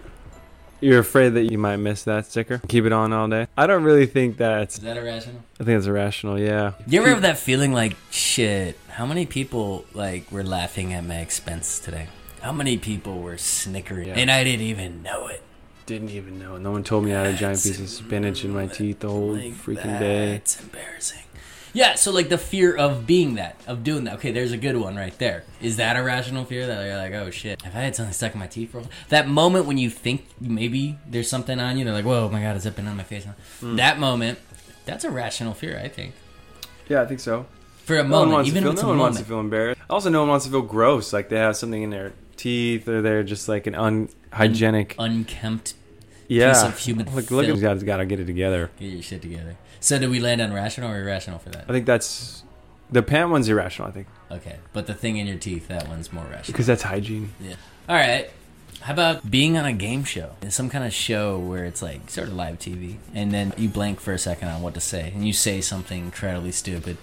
S2: You're afraid that you might miss that sticker. Keep it on all day. I don't really think that's.
S1: Is that irrational?
S2: I think it's irrational. Yeah.
S1: You ever have that feeling like, shit, how many people like were laughing at my expense today? How many people were snickering?
S2: Yeah.
S1: And I didn't even know it.
S2: Didn't even know. No one told me I had a giant piece of spinach in my teeth the whole
S1: Like
S2: freaking
S1: that,
S2: day.
S1: It's embarrassing. Yeah, so like the fear of being that, of doing that. Okay, there's a good one right there. Is that a rational fear that you're like, oh shit, if I had something stuck in my teeth for a while? That moment when you think maybe there's something on you, they're like, whoa, my god, it's up and on my face. now.
S2: Hmm.
S1: That moment, that's a rational fear, I think.
S2: Yeah, I think so.
S1: For a
S2: No one
S1: moment,
S2: wants to
S1: even if
S2: feel.
S1: it's
S2: No
S1: a
S2: one wants to
S1: moment.
S2: feel embarrassed. Also, no one wants to feel gross. Like they have something in their teeth, or they're just like an unhygienic.
S1: Unkempt,
S2: yeah.
S1: piece of human
S2: Look, look
S1: filth.
S2: at these guys. Got to get it together.
S1: get your shit together. So did we land on rational or irrational for that?
S2: I think that's the pant one's irrational. I think
S1: Okay, but the thing in your teeth, that one's more rational.
S2: because that's hygiene.
S1: Yeah. All right. How about being on a game show? It's some kind of show where it's like sort of live TV, and then you blank for a second on what to say, and you say something incredibly stupid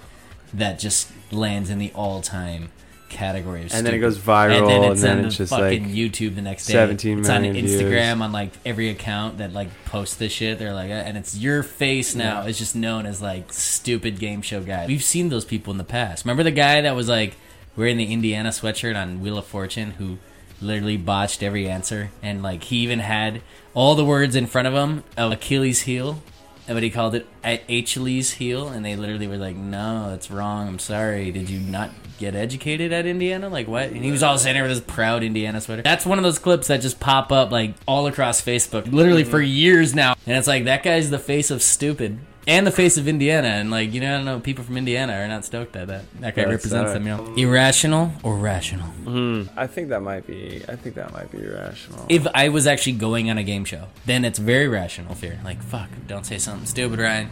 S1: that just lands in the all-time category of
S2: And then it
S1: stupid.
S2: goes viral,
S1: and then it's
S2: and then
S1: on
S2: it's
S1: the
S2: just,
S1: fucking
S2: like,
S1: YouTube the next day.
S2: 17
S1: it's on
S2: million
S1: Instagram
S2: views.
S1: on like every account that like posts this shit. They're like, uh, and it's your face now. It's just known as like stupid game show guy. We've seen those people in the past. Remember the guy that was like wearing the Indiana sweatshirt on Wheel of Fortune who literally botched every answer and like he even had all the words in front of him of Achilles heel. But he called it a- Achilles heel, and they literally were like, "No, that's wrong. I'm sorry. Did you not get educated at Indiana? Like what?" And he was all standing there with his proud Indiana sweater. That's one of those clips that just pop up like all across Facebook, literally for
S2: Mm-hmm.
S1: years now. And it's like that guy's the face of stupid and the face of Indiana. And like you know, I don't know, people from Indiana are not stoked at that. That guy
S2: That's
S1: represents them.
S2: sad.
S1: You know, irrational or rational.
S2: I think that might be. I think that might be irrational.
S1: If I was actually going on a game show, then it's very rational fear. Like fuck, don't say something stupid, Ryan.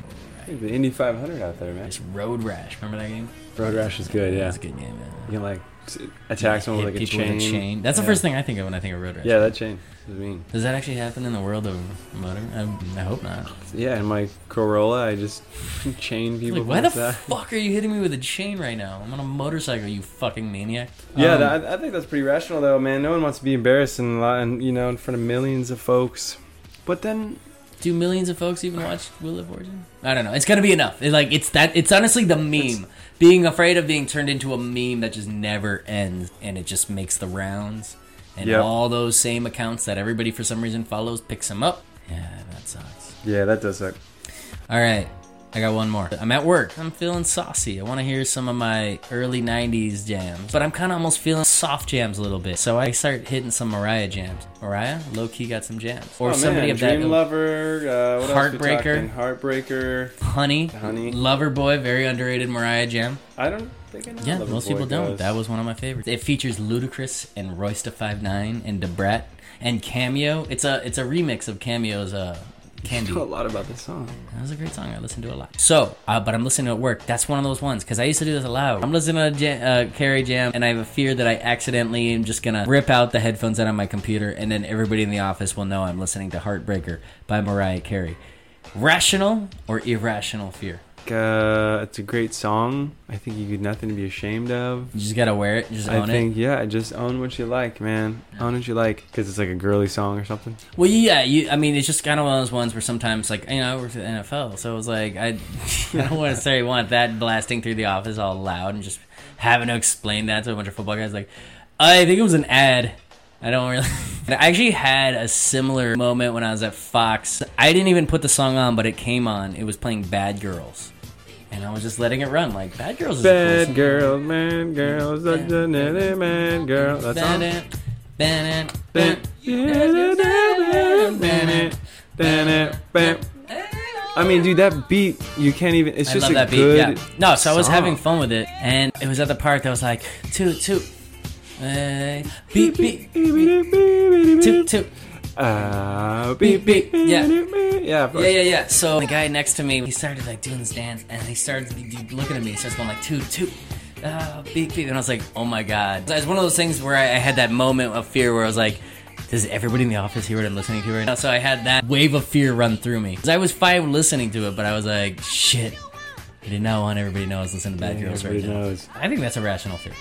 S2: the Indy 500 out there, man.
S1: It's road rash. Remember that game?
S2: Road rash is good. Yeah,
S1: That's a good game. Man.
S2: you can like s- attack someone with
S1: Hit
S2: like a
S1: people
S2: chain.
S1: with That's the first thing I think of when I think of road rash.
S2: Yeah, that chain. is mean.
S1: Does that actually happen in the world of motor? I, I hope not.
S2: Yeah, in my Corolla, I just chain people.
S1: Like, why the
S2: with that.
S1: fuck are you hitting me with a chain right now? I'm on a motorcycle, you fucking maniac.
S2: Yeah,
S1: Um,
S2: that, I, I think that's pretty rational, though, man. No one wants to be embarrassed in, li- in you know in front of millions of folks. But then,
S1: do millions of folks even watch Wheel of Fortune? I don't know. It's gonna be enough. It, like it's that. It's honestly the meme. being afraid of being turned into a meme that just never ends, and it just makes the rounds. And
S2: Yep.
S1: all those same accounts that everybody for some reason follows picks them up. Yeah, that sucks.
S2: yeah, that does suck.
S1: All right. I got one more. I'm at work. I'm feeling saucy. I want to hear some of my early 90s jams, but I'm kind of almost feeling soft jams a little bit. So I start hitting some Mariah jams. Mariah, low key, got some jams. Or
S2: oh,
S1: somebody
S2: man,
S1: of
S2: Dream
S1: that.
S2: Lover, uh, what else we
S1: Heartbreaker.
S2: talking? Heartbreaker.
S1: Honey,
S2: Honey.
S1: Lover Boy, very underrated Mariah jam.
S2: I don't think I know.
S1: Yeah,
S2: Loverboy
S1: most people don't.
S2: does.
S1: That was one of my favorites. It features Ludacris and Royce to Five Nine and Debrat and Cameo. It's a it's a remix of Cameo's uh, Candy.
S2: I know a lot about this song.
S1: That was a great song. I listened to it a lot. So, uh, but I'm listening to it at work. That's one of those ones because I used to do this aloud. I'm listening to a jam, uh, Carrie Jam, and I have a fear that I accidentally am just gonna rip out the headphones out of my computer, and then everybody in the office will know I'm listening to Heartbreaker by Mariah Carey. Rational or irrational fear?
S2: Uh, it's a great song. I think you could nothing to be ashamed of.
S1: You just gotta wear it. Just
S2: I
S1: own it.
S2: think yeah, just own what you like, man. Own what you like, because it's like a girly song or something.
S1: Well, yeah, you. I mean, it's just kind of one of those ones where sometimes, like, you know, I worked at the NFL, so it was like, I, I don't necessarily want that blasting through the office all loud and just having to explain that to a bunch of football guys. Like, I think it was an ad. I don't really. I actually had a similar moment when I was at Fox. I didn't even put the song on, but it came on. It was playing Bad Girls, and I was just letting it run. Like, Bad Girls is a cool
S2: Bad
S1: song.
S2: girl, man, girl, such a nanny, man, girl. That song.
S1: Ba-da, ba-da, ba-
S2: I mean, dude, that beat you can't even. It's
S1: I
S2: just
S1: love
S2: a
S1: that beat.
S2: good.
S1: Yeah. No, so I was
S2: song.
S1: having fun with it, and it was at the park that was like toot toot, eh, beep beep toot toot.
S2: Uh, beep beep.
S1: Yeah.
S2: yeah. of course.
S1: Yeah, yeah, yeah. So the guy next to me, he started like doing this dance, and he started looking at me. He starts going like toot toot. Uh, beep beep, and I was like, "Oh my god!" So it's one of those things where I, I had that moment of fear, where I was like, "Does everybody in the office hear what I'm listening to right now?" So I had that wave of fear run through me. 'Cause I was fine listening to it, but I was like, "Shit!" I did not want everybody to know I was listening to Bad Girls right
S2: Everybody
S1: now.
S2: knows.
S1: I think that's a rational fear.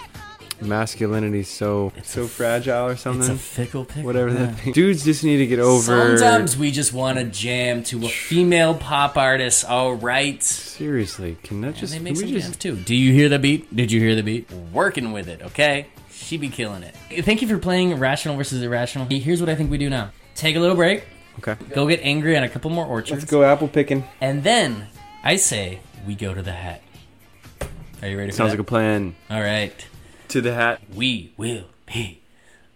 S2: masculinity's so so fragile or
S1: It's a
S2: something.
S1: fickle pickle.
S2: Mm-hmm. Whatever
S1: yeah.
S2: that thing. Dudes just need to get over.
S1: Sometimes we just want to jam to a female pop artist. All right.
S2: Seriously, can that just
S1: they
S2: can
S1: make
S2: we
S1: some
S2: just
S1: jams too. Do you hear the beat? Did you hear the beat? Working with it, okay? She be killing it. Thank you for playing Rational versus Irrational. Here's what I think we do now. Take a little break.
S2: okay?
S1: Go get angry on a couple more orchards.
S2: Let's go apple picking.
S1: And then I say we go to the hat. Are you ready for
S2: Sounds
S1: that?
S2: like a plan.
S1: All right.
S2: To the hat.
S1: We will be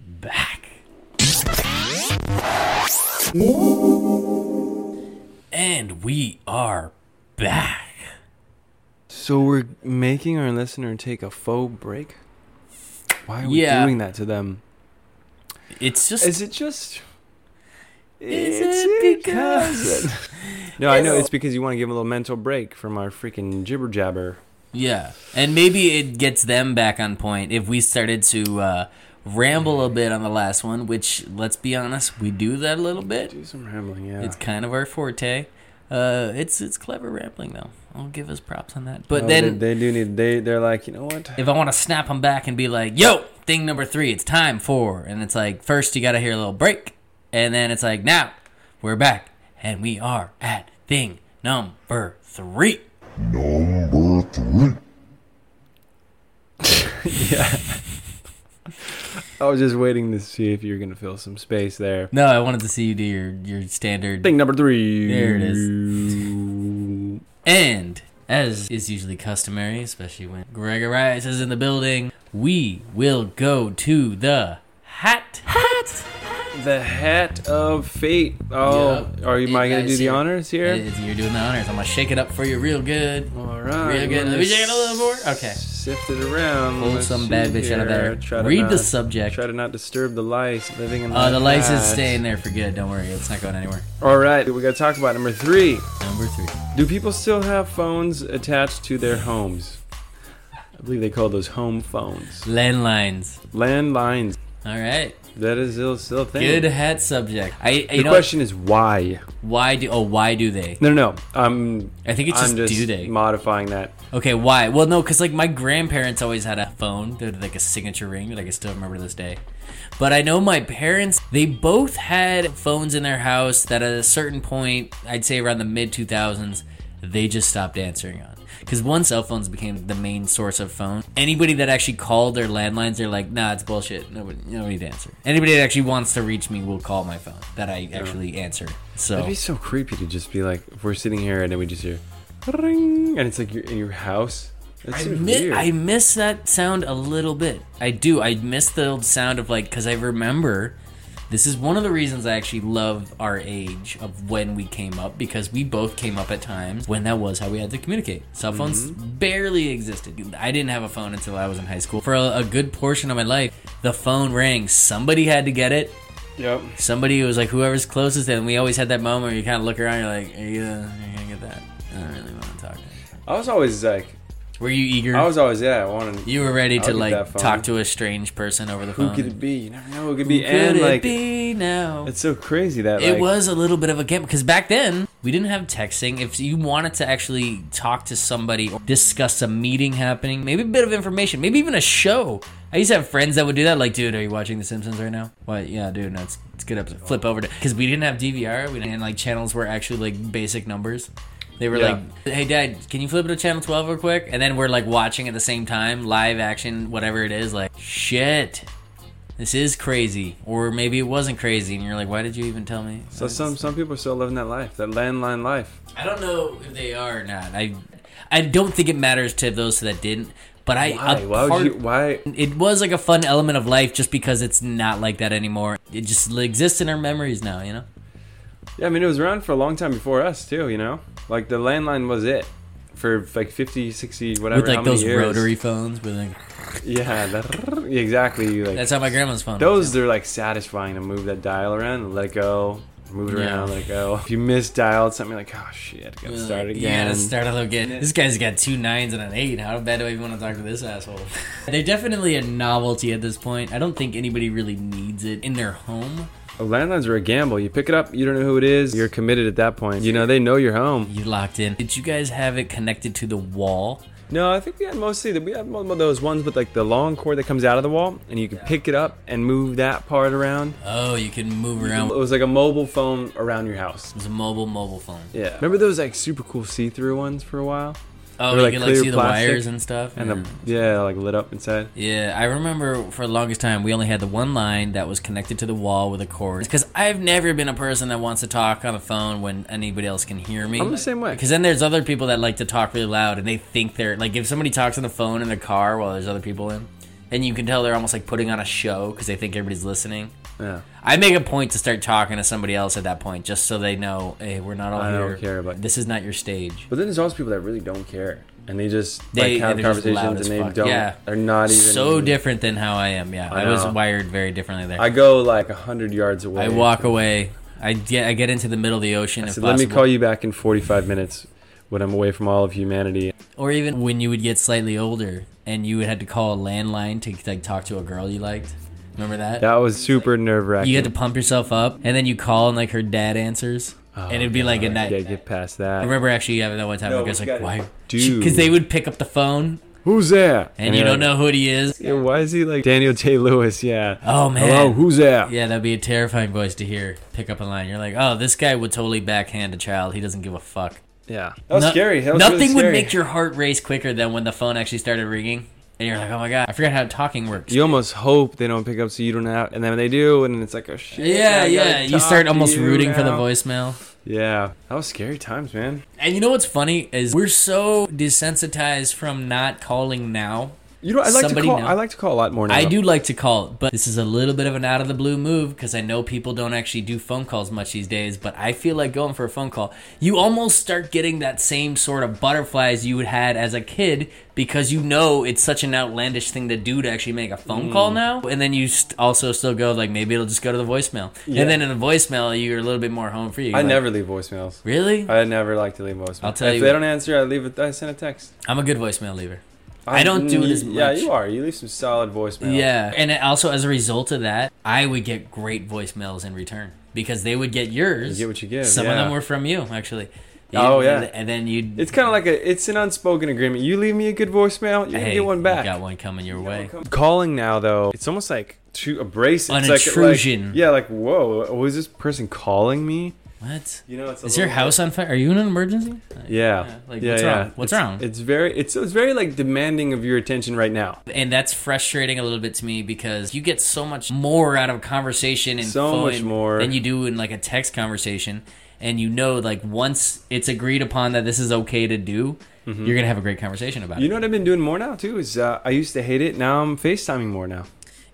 S1: back. And we are back.
S2: So we're making our listener take a faux break. Why are we
S1: Yeah.
S2: doing that to them?
S1: It's just
S2: Is it just?
S1: Is
S2: It's
S1: it because-
S2: No, I know it's because you want to give them a little mental break from our freaking jibber jabber.
S1: Yeah, and maybe it gets them back on point if we started to uh, ramble a bit on the last one, which let's be honest, we do that a little bit.
S2: Do some rambling, yeah.
S1: It's kind of our forte. Uh, it's it's clever rambling though. I'll give us props on that. But
S2: Oh, they-
S1: then
S2: they, do need they they're like you know what
S1: if I want to snap them back and be like, "Yo, thing number three, it's time for," and it's like first you gotta hear a little break, and then it's like now we're back and we are at thing number three.
S3: Number three.
S2: I was just waiting to see if you're gonna fill some space there.
S1: No, I wanted to see you do your your standard
S2: Thing number three.
S1: There it
S2: is.
S1: And as is usually customary, especially when Gregor Rice is in the building, we will go to the hat. Hat.
S2: The hat of fate. Oh,
S1: Yep.
S2: are you? Am I
S1: You
S2: gonna
S1: guys
S2: do the
S1: here.
S2: honors here?
S1: You're doing the honors. I'm gonna shake it up for you real good.
S2: All right.
S1: Real good. Let
S2: we're
S1: me
S2: gonna
S1: shake it a little more. Okay.
S2: Sift it around.
S1: Pull
S2: Let's
S1: some bad
S2: see
S1: bitch out of
S2: here.
S1: there.
S2: Try to
S1: Read
S2: not-
S1: the subject.
S2: Try to not disturb the lice living in
S1: Uh,
S2: my
S1: the lights is
S2: hat.
S1: staying there for good. Don't worry, it's not going anywhere.
S2: All right, we gotta talk about number three.
S1: Number three.
S2: Do people still have phones attached to their homes? I believe they call those home phones.
S1: Landlines.
S2: Landlines.
S1: All right.
S2: That is still, still a thing.
S1: Good hat subject. I you
S2: The
S1: know
S2: question is why?
S1: why do oh why do they?
S2: No, no, no. Um,
S1: I think it's just,
S2: I'm just
S1: do Oh. they.
S2: modifying that.
S1: Okay, why? Well, no, because like my grandparents always had a phone. They had like a signature ring that I can still remember to this day. But I know my parents, they both had phones in their house that at a certain point, I'd say around the mid 2000s, they just stopped answering on. Because once cell phones became the main source of phone, anybody that actually called their landlines, they're like, nah, it's bullshit. Nobody, nobody to answer. Anybody that actually wants to reach me will call my phone that I actually answer.
S2: That'd
S1: So,
S2: be so creepy to just be like, if we're sitting here and then we just hear, ring, and it's like you're in your house. That's
S1: I,
S2: so
S1: mi-
S2: weird.
S1: I miss that sound a little bit. I do. I miss the old sound of like because I remember. This is one of the reasons I actually love our age of when we came up because we both came up at times when that was how we had to communicate. Cell phones
S2: Mm-hmm.
S1: barely existed. I didn't have a phone until I was in high school. For a, a good portion of my life, the phone rang. Somebody had to get it.
S2: Yep.
S1: Somebody was like whoever's closest, and we always had that moment where you kind of look around. You're like, are you, gonna- are you gonna get that? I don't really want to talk. to you."
S2: I was always like,
S1: Were you eager?
S2: I was always yeah. I wanted.
S1: You were ready
S2: I'll
S1: to
S2: get
S1: like
S2: that phone.
S1: talk to a strange person over the
S2: who
S1: phone.
S2: could it be? You never know. Who could be?
S1: Who
S2: and
S1: could
S2: like,
S1: it be now?
S2: it's so crazy that
S1: It
S2: like,
S1: was a little bit of a game because back then we didn't have texting. If you wanted to actually talk to somebody or discuss a meeting happening, maybe a bit of information, maybe even a show. I used to have friends that would do that. Like, dude, are you watching The Simpsons right now? What? Yeah, dude, no, it's, it's good. Episode. Flip over to because we didn't have DVR. We didn't and, like channels were actually like basic numbers. They were
S2: Yeah.
S1: like, "Hey, Dad, can you flip it to channel twelve real quick?" And then we're like watching at the same time, live action, whatever it is. Like, shit, this is crazy. Or maybe it wasn't crazy, and you're like, "Why did you even tell me?"
S2: So some some people are still living that life, that landline life.
S1: I don't know if they are or not. I I don't think it matters to those that didn't. But I
S2: Why?
S1: a
S2: Why would
S1: part-
S2: you? Why?
S1: it was like a fun element of life just because it's not like that anymore. It just exists in our memories now, you know?
S2: Yeah, I mean, it was around for a long time before us too. You know, like the landline was it for like 50, 60, whatever.
S1: With
S2: how
S1: like
S2: many
S1: those
S2: years.
S1: rotary phones with like
S2: Yeah, that, exactly. Like
S1: That's how my grandma's phone was.
S2: those, they're like satisfying to move that dial around, and let go, move it
S1: Yeah.
S2: around, let go. If you misdialed something, like oh shit, gotta start
S1: Like,
S2: again.
S1: Yeah, to start all again. This guy's got two nines and an eight. How bad do I even want to talk to this asshole? They're definitely a novelty at this point. I don't think anybody really needs it in their home.
S2: Landlines are a gamble. You pick it up, you don't know who it is. You're committed at that point. You know they know you're home.
S1: You locked in. Did you guys have it connected to the wall?
S2: No, I think we had mostly the, we had one of those ones with like the long cord that comes out of the wall, and you could pick it up and move that part around.
S1: Oh, you can move
S2: It
S1: around. It
S2: was like a mobile phone around your house.
S1: was a mobile mobile phone.
S2: Yeah. Remember those like super cool see-through ones for a while?
S1: Oh,
S2: Or,
S1: you
S2: like,
S1: could like
S2: clear
S1: see the
S2: plastic
S1: wires and stuff.
S2: And
S1: yeah.
S2: the yeah, like lit up inside.
S1: Yeah, I remember for the longest time we only had the one line that was connected to the wall with a cord. Because I've never been a person that wants to talk on the phone when anybody else can hear me.
S2: I'm the same way.
S1: Because then there's other people that like to talk really loud and they think they're like if somebody talks on the phone in the car while there's other people in, and you can tell they're almost like putting on a show because they think everybody's listening.
S2: Yeah.
S1: I make a point to start talking to somebody else at that point just so they know, hey, we're not all
S2: I
S1: here.
S2: don't care about-
S1: this is not your stage.
S2: But then there's also people that really don't care, and they just
S1: They-
S2: like have
S1: and they're just loud
S2: conversations
S1: as
S2: and they
S1: fuck.
S2: don't.
S1: Yeah.
S2: They're not even
S1: So different than how I am. Yeah, I,
S2: I
S1: was
S2: know.
S1: wired very differently there.
S2: I go like hundred yards away.
S1: I walk away. I get I get into the middle of the ocean. if
S2: So let me
S1: possible.
S2: call you back in 45 minutes when I'm away from all of humanity.
S1: Or even when you would get slightly older and you had to call a landline to like talk to a girl you liked. Remember that?
S2: That was super nerve wracking.
S1: You had to pump yourself up, and then you call and like her dad answers, and it'd be like a night.
S2: Oh, Yeah, get past
S1: I
S2: that.
S1: remember actually having that one time.
S2: No,
S1: I was
S2: we
S1: like,
S2: gotta-
S1: why?
S2: Dude.
S1: Because they would pick up the phone,
S2: Who's there?
S1: and, you
S2: you're
S1: don't
S2: like,
S1: know who he is.
S2: "Yeah, Why is he like Daniel J. Lewis? Yeah.
S1: Oh man.
S2: Hello, who's there?
S1: Yeah, that'd be a terrifying voice to hear. Pick up a line. You're like, oh, this guy would totally backhand a child. He doesn't give a fuck.
S2: Yeah. That was
S1: No-
S2: scary. That was
S1: nothing
S2: really
S1: would
S2: scary.
S1: make your heart race quicker than when the phone actually started ringing, and you're like, "Oh my god, I forgot how talking works."
S2: You almost hope they don't pick up so you don't have, and then they do, and it's like, oh shit.
S1: yeah,
S2: I gotta
S1: yeah. You
S2: talk
S1: start
S2: to
S1: almost
S2: you
S1: rooting for the
S2: now.
S1: voicemail.
S2: Yeah, that was scary times, man.
S1: And you know what's funny is we're so desensitized from not calling now.
S2: You know, I like
S1: Somebody
S2: to call.
S1: know.
S2: I like to call a lot more now.
S1: I do like to call, but this is a little bit of an out of the blue move because I know people don't actually do phone calls much these days. But I feel like going for a phone call. You almost start getting that same sort of butterflies you had as a kid because you know it's such an outlandish thing to do to actually make a phone
S2: Mm.
S1: call now. And then you st- also still go like maybe it'll just go to the voicemail.
S2: Yeah.
S1: And then in the voicemail you're a little bit more home free.
S2: I
S1: Like,
S2: never leave voicemails.
S1: really.
S2: I never like to leave voicemails.
S1: I'll tell
S2: if
S1: you
S2: they
S1: what-
S2: don't answer, I leave. A, I send a text.
S1: I'm a good voicemail leaver. I don't do it as
S2: Yeah,
S1: much.
S2: you are. You leave some solid voicemail.
S1: Yeah. And it- also, as a result of that, I would get great voicemails in return because they would get yours.
S2: You get what you give,
S1: Some of
S2: yeah.
S1: them were from you, actually.
S2: Oh,
S1: You-
S2: yeah.
S1: And then you'd.
S2: It's kind of like a. It's an unspoken agreement. You leave me a good voicemail, you're
S1: hey,
S2: gonna get one back.
S1: You got one coming your way.
S2: Calling now though, it's almost like too abrasive.
S1: An
S2: It's like-
S1: intrusion.
S2: Like, yeah, like whoa, was this person calling me?
S1: What?
S2: You know, it's a
S1: Is your
S2: little-
S1: house on fire? Are you in an emergency?
S2: Yeah.
S1: Yeah, like,
S2: yeah,
S1: what's
S2: yeah.
S1: wrong? What's
S2: It's-
S1: wrong?
S2: It's very. It's it's very like demanding of your attention right now.
S1: And that's frustrating a little bit to me because you get so much more out of a conversation and
S2: So much more.
S1: than you do in like a text conversation. And you know, like once it's agreed upon that this is okay to do,
S2: Mm-hmm.
S1: you're gonna have a great conversation about it.
S2: You know what I've been doing more now too is uh, I used to hate it. Now I'm FaceTiming more now.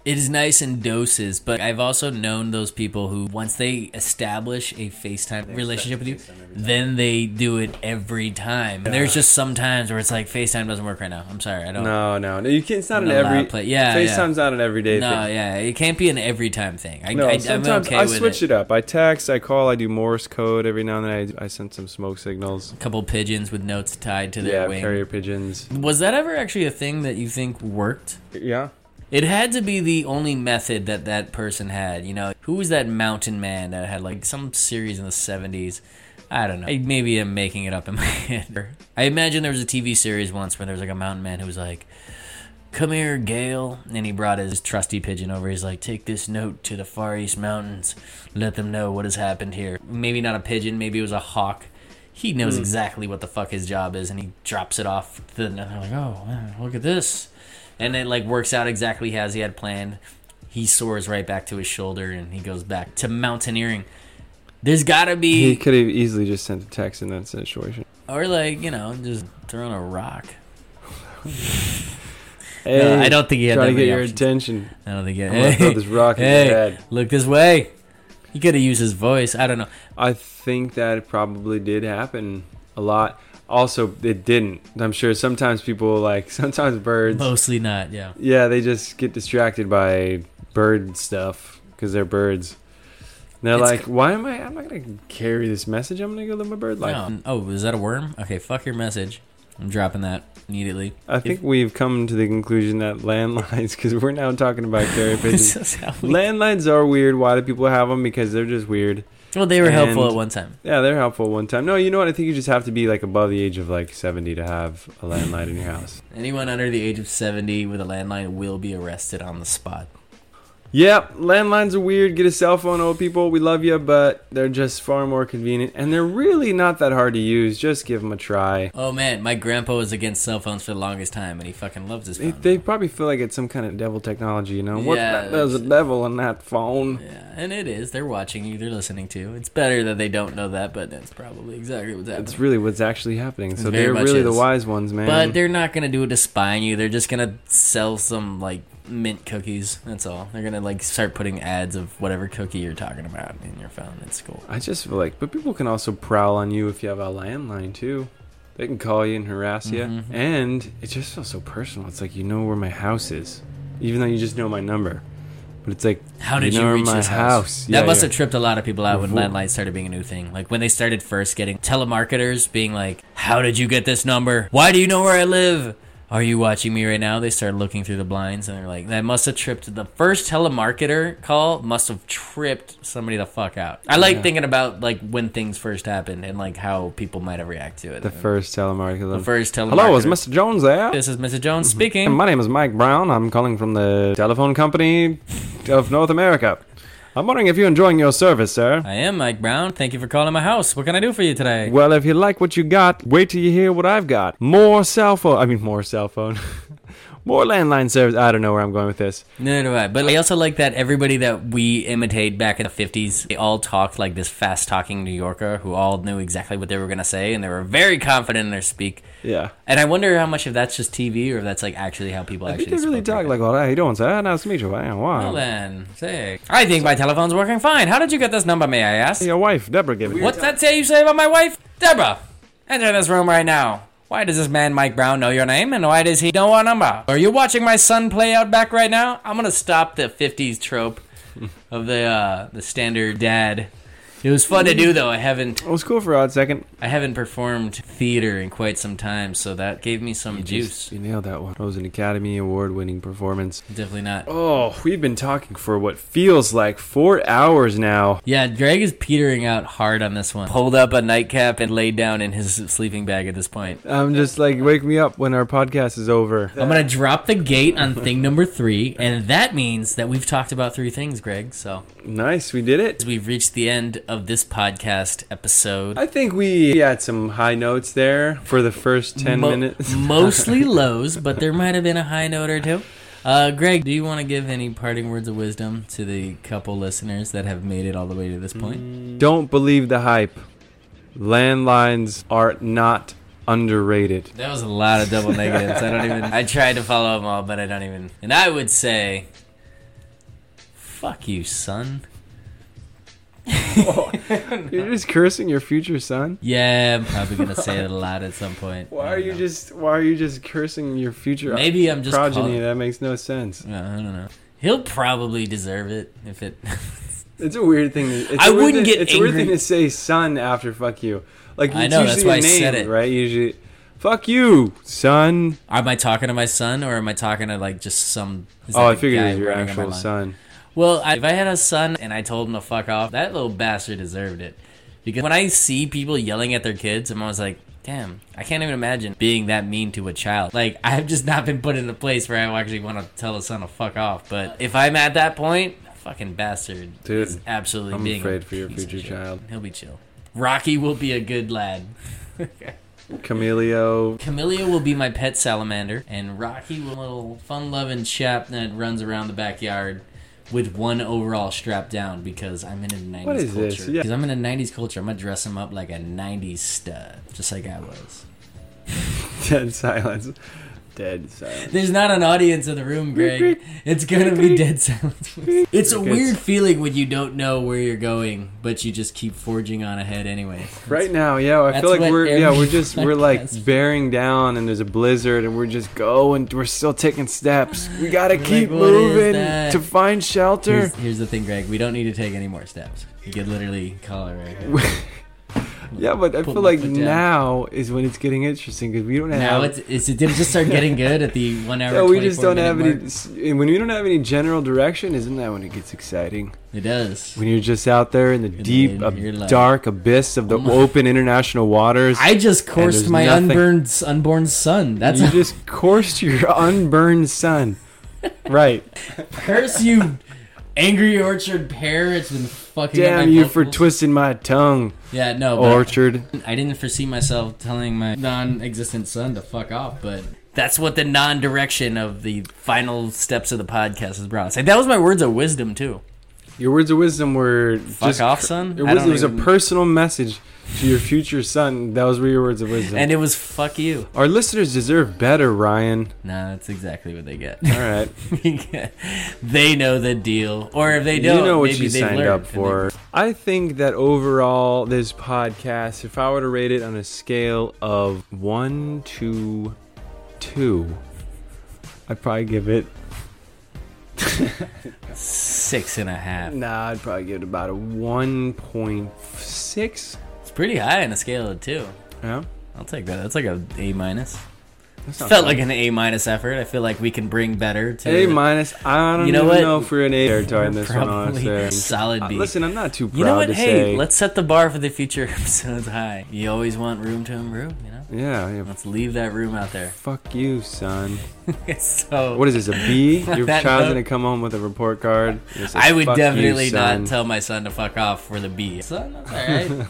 S1: It is nice in doses, but I've also known those people who, once they establish a FaceTime relationship with you, then they do it every time. And there's just some times where it's like FaceTime doesn't work right now. I'm sorry, I don't. No,
S2: No, no, no. You can't. It's not an
S1: Not
S2: every.
S1: loud play. Yeah, yeah.
S2: FaceTime's not an everyday thing.
S1: yeah, it can't be an every time thing. I,
S2: No,
S1: I, I'm
S2: sometimes
S1: okay
S2: I
S1: with
S2: switch
S1: it.
S2: it. up. I text, I call, I do Morse code every now and then. I, I send some smoke signals.
S1: A couple pigeons with notes tied to their
S2: Yeah,
S1: wing.
S2: carrier pigeons.
S1: Was that ever actually a thing that you think worked?
S2: Yeah.
S1: It had to be the only method that that person had. You know, who was that mountain man that had like some series in the 70s? I don't know. I- Maybe I'm making it up in my head. I imagine there was a TV series once where there was like a mountain man who was like, Come here, Gale. And he brought his trusty pigeon over. He's like, Take this note to the Far East Mountains. Let them know what has happened here. Maybe not a pigeon, maybe it was a hawk. He knows exactly what the fuck his job is and he drops it off. To the, and they're like, Oh, man, look at this and it like works out exactly as he had planned. He soars right back to his shoulder and he goes back to mountaineering. There's gotta
S2: He
S1: be,
S2: could have easily just sent a text in that situation.
S1: or like you know, just throwing a rock.
S2: Hey,
S1: I don't think he had
S2: trying
S1: that
S2: to get
S1: many
S2: your
S1: options.
S2: attention.
S1: I don't think.
S2: I'm gonna throw this rock in your
S1: hey,
S2: head.
S1: look this way. He could have used his voice. I don't know.
S2: I think that it probably did happen a lot. Also, it didn't. I'm sure sometimes people like sometimes birds.
S1: Mostly not. Yeah.
S2: Yeah, they just get distracted by bird stuff because they're birds. And they're
S1: It's
S2: like, why am I? I'm not gonna carry this message. I'm gonna go live my bird life.
S1: No. Oh, is that a worm? Okay, fuck your message. I'm dropping that immediately.
S2: I think we've come to the conclusion that landlines, because we're now talking about carrier
S1: This
S2: pigeons.
S1: is how we-
S2: landlines are weird. Why do people have them? Because they're just weird.
S1: well, they were helpful
S2: and-
S1: at one time.
S2: Yeah, they're helpful one time. No, you know what? I think you just have to be like above the age of like 70 to have a landline in your house.
S1: Anyone under the age of 70 with a landline will be arrested on the spot.
S2: Yep, landlines are weird. Get a cell phone, old people. We love you, but they're just far more convenient and they're really not that hard to use. Just give them a try.
S1: Oh man, my grandpa was against cell phones for the longest time, and he fucking loves his
S2: They,
S1: phone.
S2: they probably feel like it's some kind of devil technology, you know? What
S1: Yeah,
S2: there's a
S1: it's-
S2: devil in that phone.
S1: yeah, and it is. They're watching you. They're listening to. you. It's better that they don't know that, but that's probably exactly what's happening.
S2: It's really what's actually happening. So
S1: It very
S2: they're
S1: much
S2: really the
S1: is.
S2: wise ones, man.
S1: But they're not gonna do it to spy on you. They're just gonna sell some like mint cookies. That's all. They're gonna like start putting ads of whatever cookie you're talking about in your phone at school.
S2: I just feel like, but people can also prowl on you if you have a landline too. They can call you and harass you,
S1: Mm-hmm.
S2: and it just feels so personal. It's like you know where my house is, even though you just know my number. But it's like,
S1: How did
S2: you,
S1: you,
S2: know where
S1: reach
S2: my
S1: this
S2: house?
S1: house?
S2: Yeah,
S1: that must
S2: yeah.
S1: have tripped a lot of people out when
S2: Vo-
S1: landlines started being a new thing. Like when they started first getting telemarketers being like, "How did you get this number? Why do you know where I live? Are you watching me right now?" They started looking through the blinds and they're like, "That must have tripped the first telemarketer call. Must have tripped somebody the fuck out." I like
S2: Yeah.
S1: thinking about like when things first happened and like how people might have reacted to it.
S2: the first telemarketer.
S1: The first telemarketer.
S2: Hello, is Mm-hmm. Mr. Jones there?
S1: This is Mr. Jones speaking.
S2: My name is Mike Brown. I'm calling from the telephone company of North America. I'm wondering if you're enjoying your service, sir.
S1: I am Mike Brown. Thank you for calling my house. What can I do for you today?
S2: Well, if you like what you got, wait till you hear what I've got. More cell phone. I mean, more cell phone. more landline service. I don't know where I'm going with this.
S1: No, no, no. But I also like that everybody that we imitate back in the 50s, they all talked like this fast talking New Yorker who all knew exactly what they were going to say and they were very confident in their speak.
S2: Yeah.
S1: And I wonder how much of that's just TV or if that's like actually how people
S2: I think
S1: actually
S2: they really
S1: spoke
S2: talk
S1: back
S2: like, well, how you doing, sir? "Ah, Nice to meet you. Wow.
S1: then. Well,
S2: wow.
S1: then, say, I think my telephone's working fine. How did you get this number, may I ask?
S2: Your wife, Deborah, gave me.
S1: What's that say you say about my wife? Deborah, enter this room right now. Why does this man Mike Brown know your name and why does he know our number? Are you watching my son play out back right now? I'm gonna stop the 50s trope of the uh, the standard dad. It was fun to do though. I haven't
S2: It was cool for a odd second.
S1: I haven't performed theater in quite some time, so that gave me some juice.
S2: You nailed that one. It was an Academy Award-winning performance.
S1: Definitely not.
S2: Oh, we've been talking for what feels like four hours now.
S1: Yeah, Greg is petering out hard on this one. Pulled up a nightcap and laid down in his sleeping bag at this point.
S2: I'm just like, wake me up when our podcast is over.
S1: I'm gonna drop the gate on thing number three, and that means that we've talked about three things, Greg. So
S2: Nice, we did it.
S1: we've reached the end of this podcast episode.
S2: I think we had some high notes there for the first ten
S1: Mo-
S2: minutes.
S1: mostly lows, but there might have been a high note or two. Uh, Greg, do you want to give any parting words of wisdom to the couple listeners that have made it all the way to this point?
S2: Don't believe the hype. Landlines are not underrated.
S1: That was a lot of double negatives. I don't even. I tried to follow them all, but I don't even. And I would say, fuck you, son.
S2: You're just cursing your future son.
S1: Yeah, I'm probably gonna say it a lot at some point. I
S2: Why are
S1: don't
S2: you
S1: know.
S2: just Why are you just cursing your future?
S1: Maybe I'm just
S2: progeny.
S1: calling-
S2: That makes no sense.
S1: Yeah, I don't know. He'll probably deserve it if it.
S2: It's a weird thing. To, it's
S1: I
S2: a weird
S1: wouldn't
S2: thing-
S1: get
S2: It's a weird
S1: angry.
S2: thing to say son after fuck you. Like it's
S1: I know, that's
S2: usually
S1: why
S2: a
S1: I
S2: name,
S1: said it.
S2: right? Usually, fuck you, son.
S1: am I talking to my son or am I talking to like just some? is
S2: Oh,
S1: that
S2: I
S1: the
S2: figured
S1: guy
S2: it was your
S1: running in my
S2: actual
S1: line?
S2: son.
S1: Well, I, if I had a son and I told him to fuck off, that little bastard deserved it. Because when I see people yelling at their kids, I'm always like, damn, I can't even imagine being that mean to a child. Like, I have just not been put in a place where I actually want to tell a son to fuck off. But if I'm at that point, that fucking bastard
S2: Dude,
S1: is absolutely
S2: I'm
S1: being a
S2: afraid for your
S1: piece of
S2: future
S1: shit.
S2: child.
S1: He'll be chill. Rocky will be a good lad.
S2: Camellio.
S1: Camellia will be my pet salamander, and Rocky will be a little fun-loving chap that runs around the backyard with one overall strapped down because I'm in a '90s
S2: What is
S1: culture.
S2: this? Yeah.
S1: Because I'm in a '90s culture, I'm gonna dress him up like a '90s stud, just like I was.
S2: Dead silence. Dead silence.
S1: There's not an audience in the room, Greg. It's gonna be dead silence. It's a
S2: Okay.
S1: weird feeling when you don't know where you're going, but you just keep forging on ahead anyway.
S2: Right now, yeah, I
S1: That's
S2: feel like
S1: what
S2: we're yeah
S1: every
S2: we're just we're like
S1: podcast-
S2: bearing down, and there's a blizzard, and we're just going. We're still taking steps. We gotta keep
S1: what is
S2: moving
S1: that?
S2: to find shelter.
S1: Here's, here's the thing, Greg. We don't need to take any more steps. You could literally call it right here.
S2: Yeah, but I
S1: Put
S2: feel
S1: my
S2: like
S1: foot down.
S2: now is when it's getting interesting because we don't have.
S1: Now it's, it's it did it just start getting good at the one hour.
S2: yeah, we just don't have any.
S1: Mark?
S2: and When you don't have any general direction, isn't that when it gets exciting?
S1: It does.
S2: When you're just out there in the deep,
S1: in
S2: uh,
S1: your life.
S2: dark abyss of the open international waters.
S1: I just coursed
S2: there's
S1: my
S2: nothing-
S1: unburned unborn son. That's
S2: you
S1: a
S2: just coursed your unburned sun. Right.
S1: curse you, angry orchard pear. It's been fucking. up
S2: Damn
S1: my
S2: you for
S1: vocals.
S2: twisting my tongue,
S1: Yeah, no. But
S2: orchard.
S1: I didn't foresee myself telling my non-existent son to fuck off, but that's what the non-direction of the final steps of the podcast has brought us. And that was my words of wisdom too.
S2: Your words of wisdom were
S1: Fuck
S2: just
S1: off, son.
S2: It
S1: I
S2: was,
S1: don't
S2: it was a
S1: even-
S2: personal message to your future son. That was were your words of wisdom.
S1: and it was fuck you.
S2: Our listeners deserve better, Ryan.
S1: No, that's exactly what they get.
S2: All right.
S1: they know the deal, or if they
S2: you
S1: don't,
S2: know what
S1: maybe
S2: you
S1: they've
S2: signed
S1: learned
S2: up
S1: and they-
S2: for. I think that overall, this podcast, if I were to rate it on a scale of one to two, I'd probably give it.
S1: Six and a half.
S2: Nah, I'd probably give it about a 1.6.
S1: It's pretty high on a scale of two.
S2: Yeah.
S1: I'll take that. That's like a A minus.
S2: That's not
S1: Felt
S2: bad.
S1: like an A minus effort. I feel like we can bring better to
S2: A minus. I don't
S1: You know
S2: even
S1: what?
S2: know if we're an A territory in this one,
S1: probably
S2: honestly.
S1: solid
S2: Uh,
S1: B.
S2: Listen, I'm not too proud
S1: You know what?
S2: to
S1: Hey,
S2: say.
S1: let's set the bar for the future episodes high. You always want room to improve, you know?
S2: yeah, yeah.
S1: Let's leave that room out there.
S2: Fuck you, son.
S1: so
S2: What is this? A B? Your
S1: That
S2: child's
S1: note-
S2: gonna come home with a report card. that says,
S1: I would
S2: "Fuck you,
S1: definitely
S2: son."
S1: not tell my son to fuck off for the B. Son, that's all right.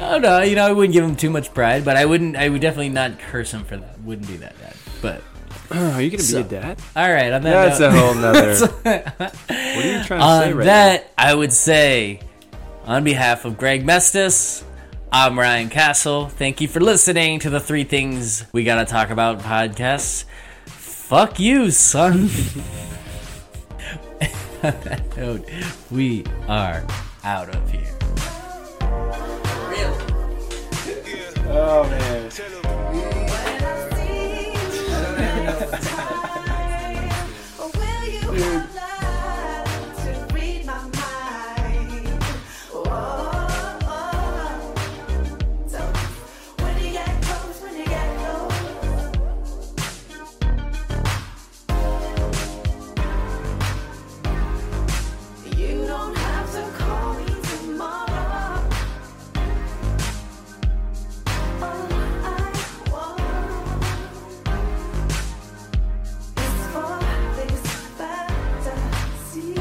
S1: oh no, you know I wouldn't give him too much pride, but I wouldn't. I would definitely not curse him for that. Wouldn't do that, Dad. But
S2: Are you gonna
S1: So-
S2: be a dad?
S1: all right, on that
S2: That's
S1: note,
S2: a whole nother. what are you trying to say
S1: on
S2: right
S1: that I would say, on behalf of Greg Mestis, I'm Ryan Castle. Thank you for listening to the Three Things We Gotta Talk About podcast. Fuck you, son. Dude, we are out of here.
S2: now? Oh man.
S4: You don't have to call me tomorrow. All I want is for this fantasy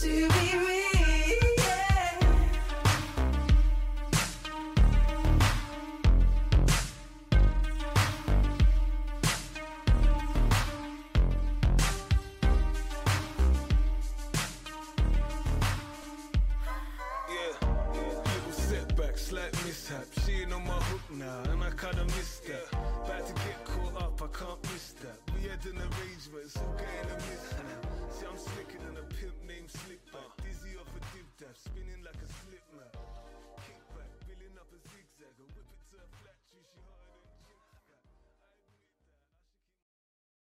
S4: to be real.
S5: Yeah, little setback, slight mishap. She ain't on my hook now, and I kinda missed that. About to get caught up, I can't miss that. We had an arrangement, so getting a mishap. See, I